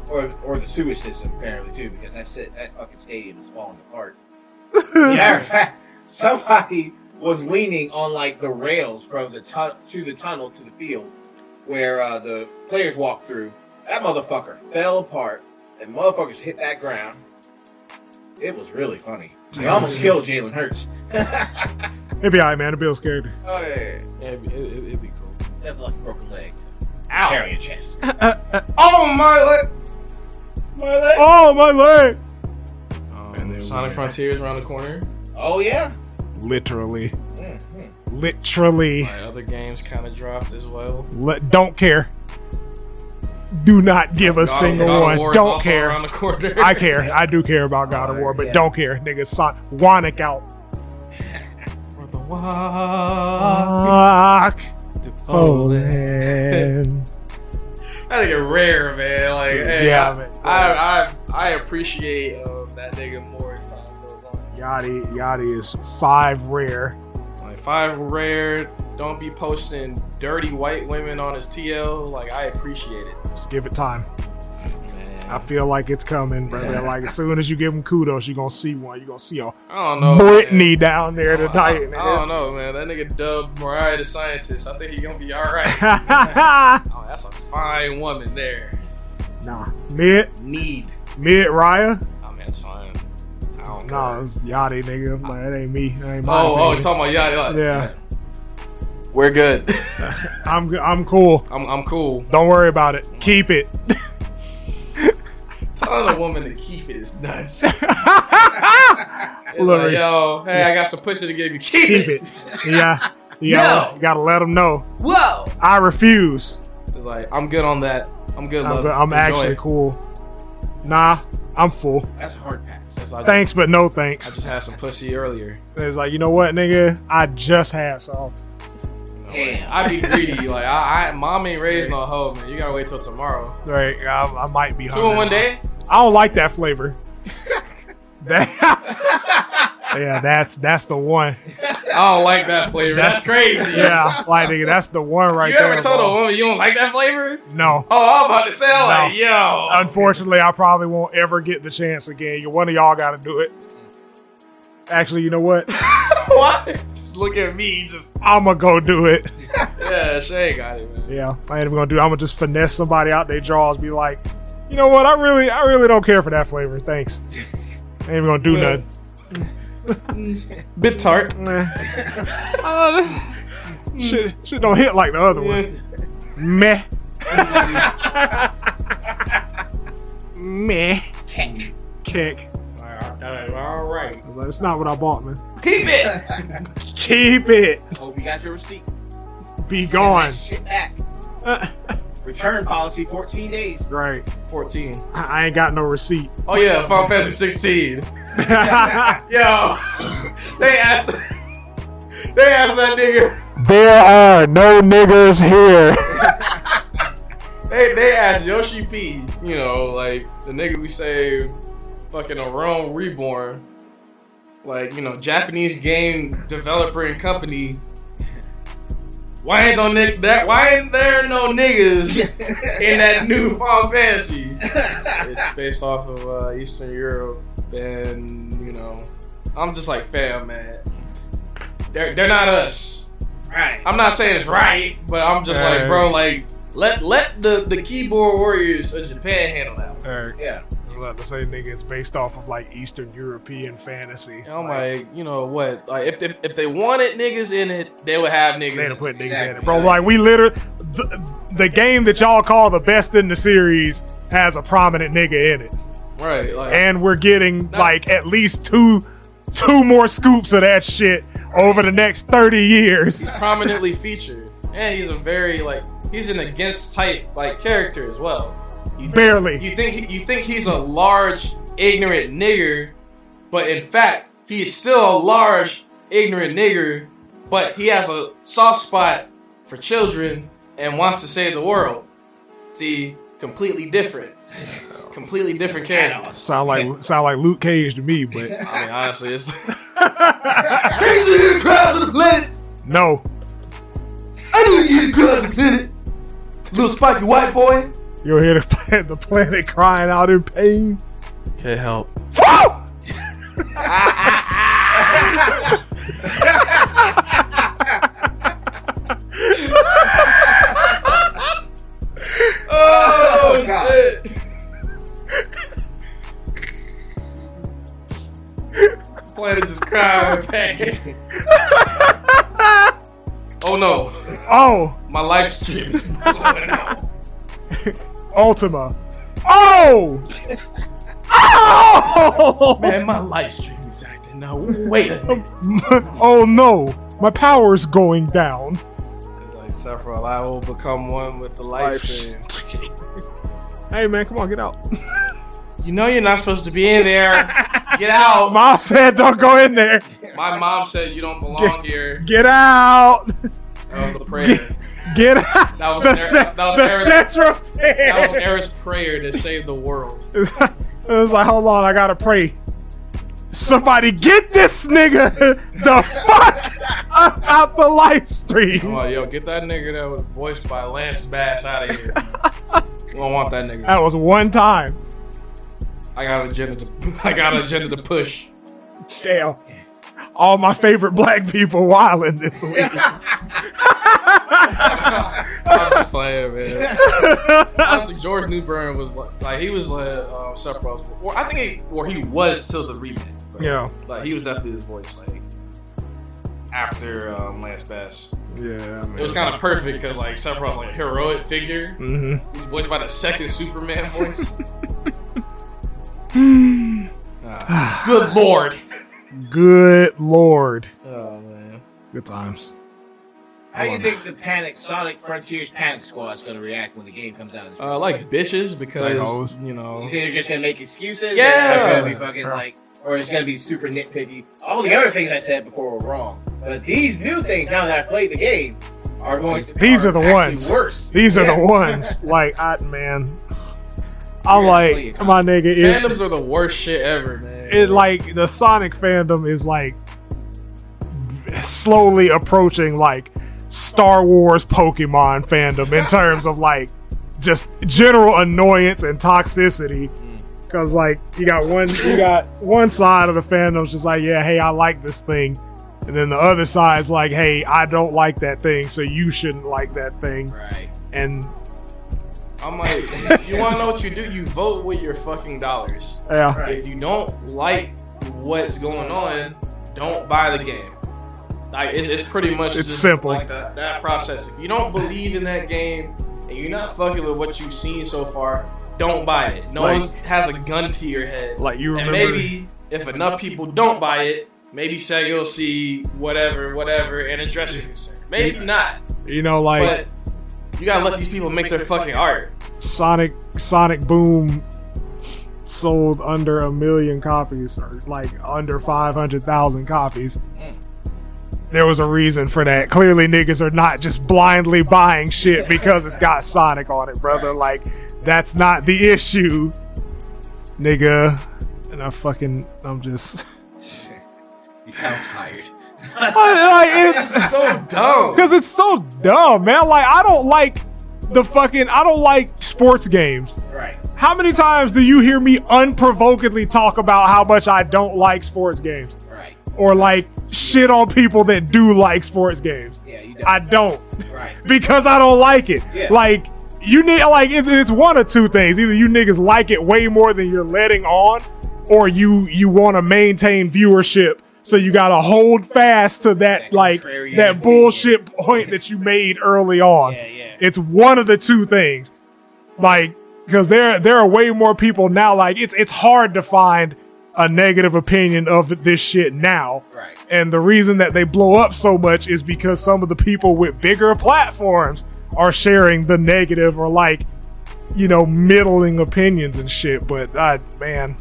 Speaker 2: or or the sewage system apparently too because that's it. That fucking stadium is falling apart. Matter of fact, [laughs] somebody was leaning on like the rails from the tu- to the tunnel to the field where uh, the players walk through. That motherfucker fell apart, and motherfuckers hit that ground. It was really funny. They [laughs] almost killed Jalen Hurts.
Speaker 1: [laughs] It'd be alright, man. The Bills character.
Speaker 2: Oh yeah,
Speaker 3: Yeah, it'd, be- it- it- it'd be cool.
Speaker 2: have like a broken leg.
Speaker 3: Ow.
Speaker 2: Carry a chest.
Speaker 3: Oh my! Like,
Speaker 2: My leg. Oh,
Speaker 1: Oh my leg! And
Speaker 3: um,
Speaker 1: then
Speaker 3: Sonic
Speaker 1: we-
Speaker 3: Frontiers around the corner.
Speaker 2: Oh, yeah.
Speaker 1: Literally,
Speaker 2: Mhm.
Speaker 1: literally.
Speaker 3: My other games kind of dropped as well.
Speaker 1: Let, don't care. Do not give a
Speaker 3: God of-
Speaker 1: single
Speaker 3: God of War
Speaker 1: one.
Speaker 3: is
Speaker 1: Don't
Speaker 3: also
Speaker 1: care.
Speaker 3: Around the corner.
Speaker 1: I care. I do care about God of War, but
Speaker 2: Yeah.
Speaker 1: don't care. Nigga, Son- Wanick out.
Speaker 3: For the walk
Speaker 1: Fuck
Speaker 3: to
Speaker 1: Oh, Poland.
Speaker 3: Poland. That nigga rare, man. Like, hey,
Speaker 1: Yeah,
Speaker 3: I,
Speaker 1: man.
Speaker 3: I, I, I appreciate um, that nigga more as time goes on.
Speaker 1: Yachty, Yachty is five rare.
Speaker 3: Like, five rare. Don't be posting dirty white women on his TL. Like, I appreciate it.
Speaker 1: Just give it time.
Speaker 3: Man.
Speaker 1: I feel like it's coming, brother. Like as soon as you give him kudos, you're gonna see one. You're gonna see a
Speaker 3: I don't know.
Speaker 1: Brittany down there
Speaker 3: man. I,
Speaker 1: tonight.
Speaker 3: I don't know, man. That nigga dubbed Mariah the scientist. I think he gonna be all [laughs] right.
Speaker 1: nigga.
Speaker 3: oh, that's a fine woman there.
Speaker 1: nah, [laughs] mid
Speaker 3: Need.
Speaker 1: mid Raya.
Speaker 3: Oh man, it's fine. I don't know.
Speaker 1: Nah, it's Yachty, nigga. I'm like, that ain't me. That ain't my
Speaker 3: Oh, oh,
Speaker 1: opinion.
Speaker 3: you're talking about Yachty. Like,
Speaker 1: yeah.
Speaker 3: We're good. [laughs]
Speaker 1: I'm g- I'm cool.
Speaker 3: I'm, I'm cool.
Speaker 1: Don't worry about it. Keep
Speaker 3: [laughs]
Speaker 1: it.
Speaker 3: Telling a woman to keep it is nuts. It's
Speaker 1: Literally.
Speaker 3: like, yo, hey, I got some pussy to give you. Keep,
Speaker 1: Keep it. Yeah. You gotta,
Speaker 3: No.
Speaker 1: you gotta let them know.
Speaker 3: Whoa.
Speaker 1: I refuse.
Speaker 3: It's like, I'm good on that. I'm good,
Speaker 1: I'm,
Speaker 3: love.
Speaker 1: go- I'm
Speaker 3: Enjoy.
Speaker 1: actually cool. Nah, I'm full.
Speaker 2: That's a hard pass.
Speaker 3: It's like,
Speaker 1: Thanks, but no
Speaker 3: I
Speaker 1: thanks.
Speaker 3: just had some pussy earlier.
Speaker 1: It's like, you know what, nigga? I just had some.
Speaker 3: You know, like,
Speaker 2: Damn.
Speaker 3: I be greedy. Like, I, I, mom ain't raised no hoe, man. You gotta wait till tomorrow.
Speaker 1: Right, I, I might be
Speaker 3: Two in
Speaker 1: hungry.
Speaker 3: one day?
Speaker 1: I don't like that [laughs]
Speaker 3: [laughs]
Speaker 1: flavor. That- yeah, that's that's the one.
Speaker 3: I I don't like that flavor.
Speaker 1: That's-
Speaker 3: That's, crazy.
Speaker 1: [laughs] Yeah, like nigga, that's the one right
Speaker 3: you
Speaker 1: there.
Speaker 3: ever told a
Speaker 1: bro.
Speaker 3: woman you don't like that flavor?
Speaker 1: No.
Speaker 3: Oh, I'm about to say, I'm like,
Speaker 1: No.
Speaker 3: yo. [laughs]
Speaker 1: Unfortunately, I probably won't ever get the chance again. You- One of y'all got to do it. Actually, you know what? [laughs]
Speaker 3: Why? Just look at me. Just
Speaker 1: I'm gonna go do it.
Speaker 3: yeah, Shay got it, man.
Speaker 1: Yeah, I ain't even gonna do. It. I'm gonna just finesse somebody out their jaws. Be like, you know what? I really, I really don't care for that flavor. Thanks. I ain't even gonna do nothing.
Speaker 4: Bit tart.
Speaker 3: Uh,
Speaker 1: [laughs] Shit, shit don't hit like the other ones. Meh. [laughs] Meh.
Speaker 2: [laughs] Kick.
Speaker 1: Kick.
Speaker 3: All right.
Speaker 1: I was like, That's not what I bought, man.
Speaker 4: Keep it.
Speaker 1: Keep it.
Speaker 2: Hope you got your receipt.
Speaker 1: Be gone. Uh,
Speaker 2: Shit back. Return policy 14 days.
Speaker 1: Right.
Speaker 2: [laughs]
Speaker 3: 14.
Speaker 1: I, I ain't got no receipt. [laughs]
Speaker 3: Oh yeah, Final Fantasy 16. Yo, [laughs] they asked. [laughs] They asked that nigga.
Speaker 1: there are no niggers here. [laughs]
Speaker 3: They they asked Yoshi P. You know, like the nigga we say, fucking a Rome Reborn. Like you know, Japanese game developer and company. Why ain't no ni- that? Why ain't there no [laughs] niggas in that new Final Fantasy? [laughs] it's based off of uh, Eastern Europe, and you know, I'm just like, fam, man. They're they're not us.
Speaker 2: Right.
Speaker 3: I'm not saying it's right, but I'm just like, bro, like let let the the keyboard warriors of Japan handle that. One.
Speaker 2: Yeah.
Speaker 1: I was about to say, nigga, it's based off of like Eastern European fantasy.
Speaker 3: And I'm like, you know what? Like if, if if they wanted niggas in it, they would have niggas.
Speaker 1: They
Speaker 3: in
Speaker 1: done
Speaker 3: it.
Speaker 1: put niggas in it,
Speaker 2: Exactly.
Speaker 1: bro. Like we literally, the, the game that y'all call the best in the series has a prominent nigga in it,
Speaker 3: Right. Like,
Speaker 1: and we're getting like at least two, two more scoops of that shit over the next thirty years. [laughs]
Speaker 3: he's prominently featured, and he's a very like he's an against type like character as well. You
Speaker 1: Barely.
Speaker 3: you think you think he's a large ignorant nigger, but in fact he is still a large ignorant nigger, but he has a soft spot for children and wants to save the world. See, completely different, completely different character.
Speaker 1: Sound like sound like Luke Cage to me, but
Speaker 3: I mean, honestly, it's
Speaker 4: the crowds of the planet.
Speaker 1: no.
Speaker 4: I knew you the crowds of the planet. Little spiky white boy.
Speaker 1: You'll hear the [laughs] planet, the planet crying out in pain.
Speaker 3: can't help.
Speaker 2: Oh, God.
Speaker 3: Planet just [laughs] crying. Hey. oh no,
Speaker 1: Oh,
Speaker 3: my live stream is blowing out.
Speaker 1: Ultima. Oh, oh. [laughs]
Speaker 3: Man, my live stream is acting now. Wait a minute.
Speaker 1: oh no, my power's going down.
Speaker 3: like several, I will become one with the live stream.
Speaker 1: Hey man, come on, get out.
Speaker 3: You know you're not supposed to be in there. Get out.
Speaker 1: Mom said don't go in there.
Speaker 3: My mom said you don't belong here.
Speaker 1: Get out.
Speaker 3: That was the prayer.
Speaker 1: Get out.
Speaker 3: That was
Speaker 1: the
Speaker 3: Eric-
Speaker 1: se-
Speaker 3: that was
Speaker 1: the
Speaker 3: Eric-
Speaker 1: central
Speaker 3: That was
Speaker 1: fan.
Speaker 3: Era's prayer to save the world.
Speaker 1: [laughs] it was like, hold on, I gotta pray. Somebody get this nigga [laughs] the fuck up out the live
Speaker 3: I'm
Speaker 1: stream.
Speaker 3: like, Oh, yo, get that nigga that was voiced by Lance Bass out of here. We don't want that nigga.
Speaker 1: That was one time.
Speaker 3: I got an agenda to [laughs] I got an agenda to push.
Speaker 1: Damn. All my favorite black people wilding this week.
Speaker 3: I'm just playing, man. Honestly, George Newburn was like, like he was like um, Sephiroth's, or I think, he, or he was till the remake. but,
Speaker 1: Yeah.
Speaker 3: like he was definitely his voice, like after um, Lance Bass.
Speaker 1: Yeah,
Speaker 3: It was kind of perfect because like Sephiroth's like a heroic figure.
Speaker 1: hmm
Speaker 3: He's voiced by the second Superman voice. Ah, good lord.
Speaker 1: Good lord.
Speaker 3: Oh man.
Speaker 1: Good times.
Speaker 2: How do you think the Panic Sonic Frontiers Panic Squad is going to react when the game comes out?
Speaker 3: Uh, like bitches
Speaker 1: Like
Speaker 3: because
Speaker 1: hoes.
Speaker 3: you know.
Speaker 2: You think they're just gonna make excuses?
Speaker 3: Yeah.
Speaker 2: Or it's gonna be fucking like, or it's gonna be super nitpicky. All the other things I said before were wrong, but these new things now that I played the game are going to.
Speaker 1: These are the
Speaker 2: actually
Speaker 1: ones.
Speaker 2: Worse.
Speaker 1: These are
Speaker 2: Yeah.
Speaker 1: the ones. Like, I, man. I'm
Speaker 2: Yeah,
Speaker 1: like,
Speaker 2: please.
Speaker 1: come on, nigga. It,
Speaker 3: Fandoms are the worst shit ever, man.
Speaker 1: it, like, the Sonic fandom is like slowly approaching like Star Wars Pokemon fandom in terms of like just general annoyance and toxicity. Cause like you got one you got one side of the fandom's just like, yeah, hey, I like this thing. And then the other side's like, hey, I don't like that thing, so you shouldn't like that thing. [laughs]
Speaker 2: Right.
Speaker 1: And
Speaker 3: I'm like, you want to know what you do? You vote with your fucking dollars.
Speaker 1: yeah.
Speaker 2: Right.
Speaker 3: If you don't like what's going on, don't buy the game. Like it's, it's pretty much
Speaker 1: It's
Speaker 3: just
Speaker 1: simple.
Speaker 3: like that, that process. If you don't believe in that game and you're not fucking with what you've seen so far, don't buy it. No
Speaker 1: Like-
Speaker 3: one has a gun to your head.
Speaker 1: Like you
Speaker 3: and
Speaker 1: remember
Speaker 3: maybe if enough people don't buy it, maybe Sega will see whatever, whatever, and address your concern. Maybe not,
Speaker 1: you know like
Speaker 3: but you gotta let these people make their fucking art.
Speaker 1: Sonic Sonic Boom sold under a million copies or like under 500,000 copies. There was a reason for that. Clearly niggas are not just blindly buying shit because it's got Sonic on it, brother. Like that's not the issue. Nigga, and I fucking I'm just [laughs]
Speaker 2: You sound tired.
Speaker 1: like
Speaker 2: [laughs]
Speaker 1: it's
Speaker 3: So dumb.
Speaker 1: Because it's so dumb, man. Like, I don't like the fucking, I don't like sports games.
Speaker 2: Right.
Speaker 1: How many times do you hear me unprovokedly talk about how much I don't like sports games?
Speaker 2: Right.
Speaker 1: Or like shit on people that do like sports games?
Speaker 2: Yeah, you
Speaker 1: I
Speaker 2: don't.
Speaker 1: don't
Speaker 2: Right.
Speaker 1: because I don't like it.
Speaker 2: Yeah.
Speaker 1: Like, you need, like, it, it's one of two things. Either you niggas like it way more than you're letting on, or you you want to maintain viewership. So you gotta hold fast to that,
Speaker 2: That
Speaker 1: like
Speaker 2: contrarian
Speaker 1: that
Speaker 2: opinion.
Speaker 1: bullshit point that you made early on.
Speaker 2: Yeah, yeah.
Speaker 1: It's one of the two things. Like, because there there are way more people now. Like, it's it's hard to find a negative opinion of this shit now.
Speaker 2: Right.
Speaker 1: And the reason that they blow up so much is because some of the people with bigger platforms are sharing the negative or like, you know, middling opinions and shit. But I, man,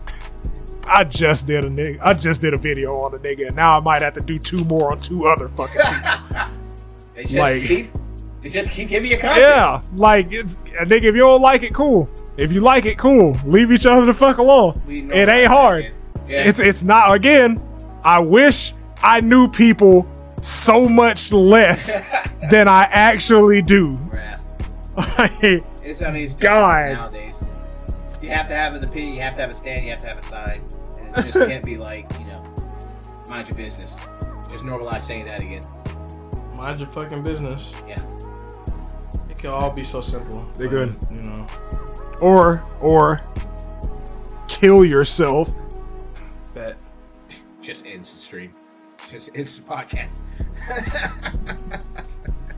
Speaker 1: I just did a nigga. I just did a video on a nigga, and now I might have to do two more on two other
Speaker 2: [laughs]
Speaker 1: fucking. people.
Speaker 2: They just
Speaker 1: Like-
Speaker 2: keep. They just keep giving you content.
Speaker 1: yeah, like it's a nigga. If you don't like it, cool. If you like it, cool. Leave each other the fuck alone.
Speaker 2: We know
Speaker 1: It
Speaker 2: that,
Speaker 1: ain't hard.
Speaker 2: man. Yeah.
Speaker 1: It's it's not again. I wish I knew people so much less than I actually do. [laughs]
Speaker 2: Crap.
Speaker 1: Like,
Speaker 2: It's I mean it's
Speaker 1: God.
Speaker 2: God nowadays. You have to have an opinion. You have to have a stand. You have to have a side. And it just can't be like you know, mind your business. Just normalize saying that again.
Speaker 3: Mind your fucking business.
Speaker 2: Yeah.
Speaker 3: It can all be so simple.
Speaker 1: They good.
Speaker 3: You know.
Speaker 1: or or kill yourself.
Speaker 3: Bet.
Speaker 2: Just ends the stream. Just ends the podcast.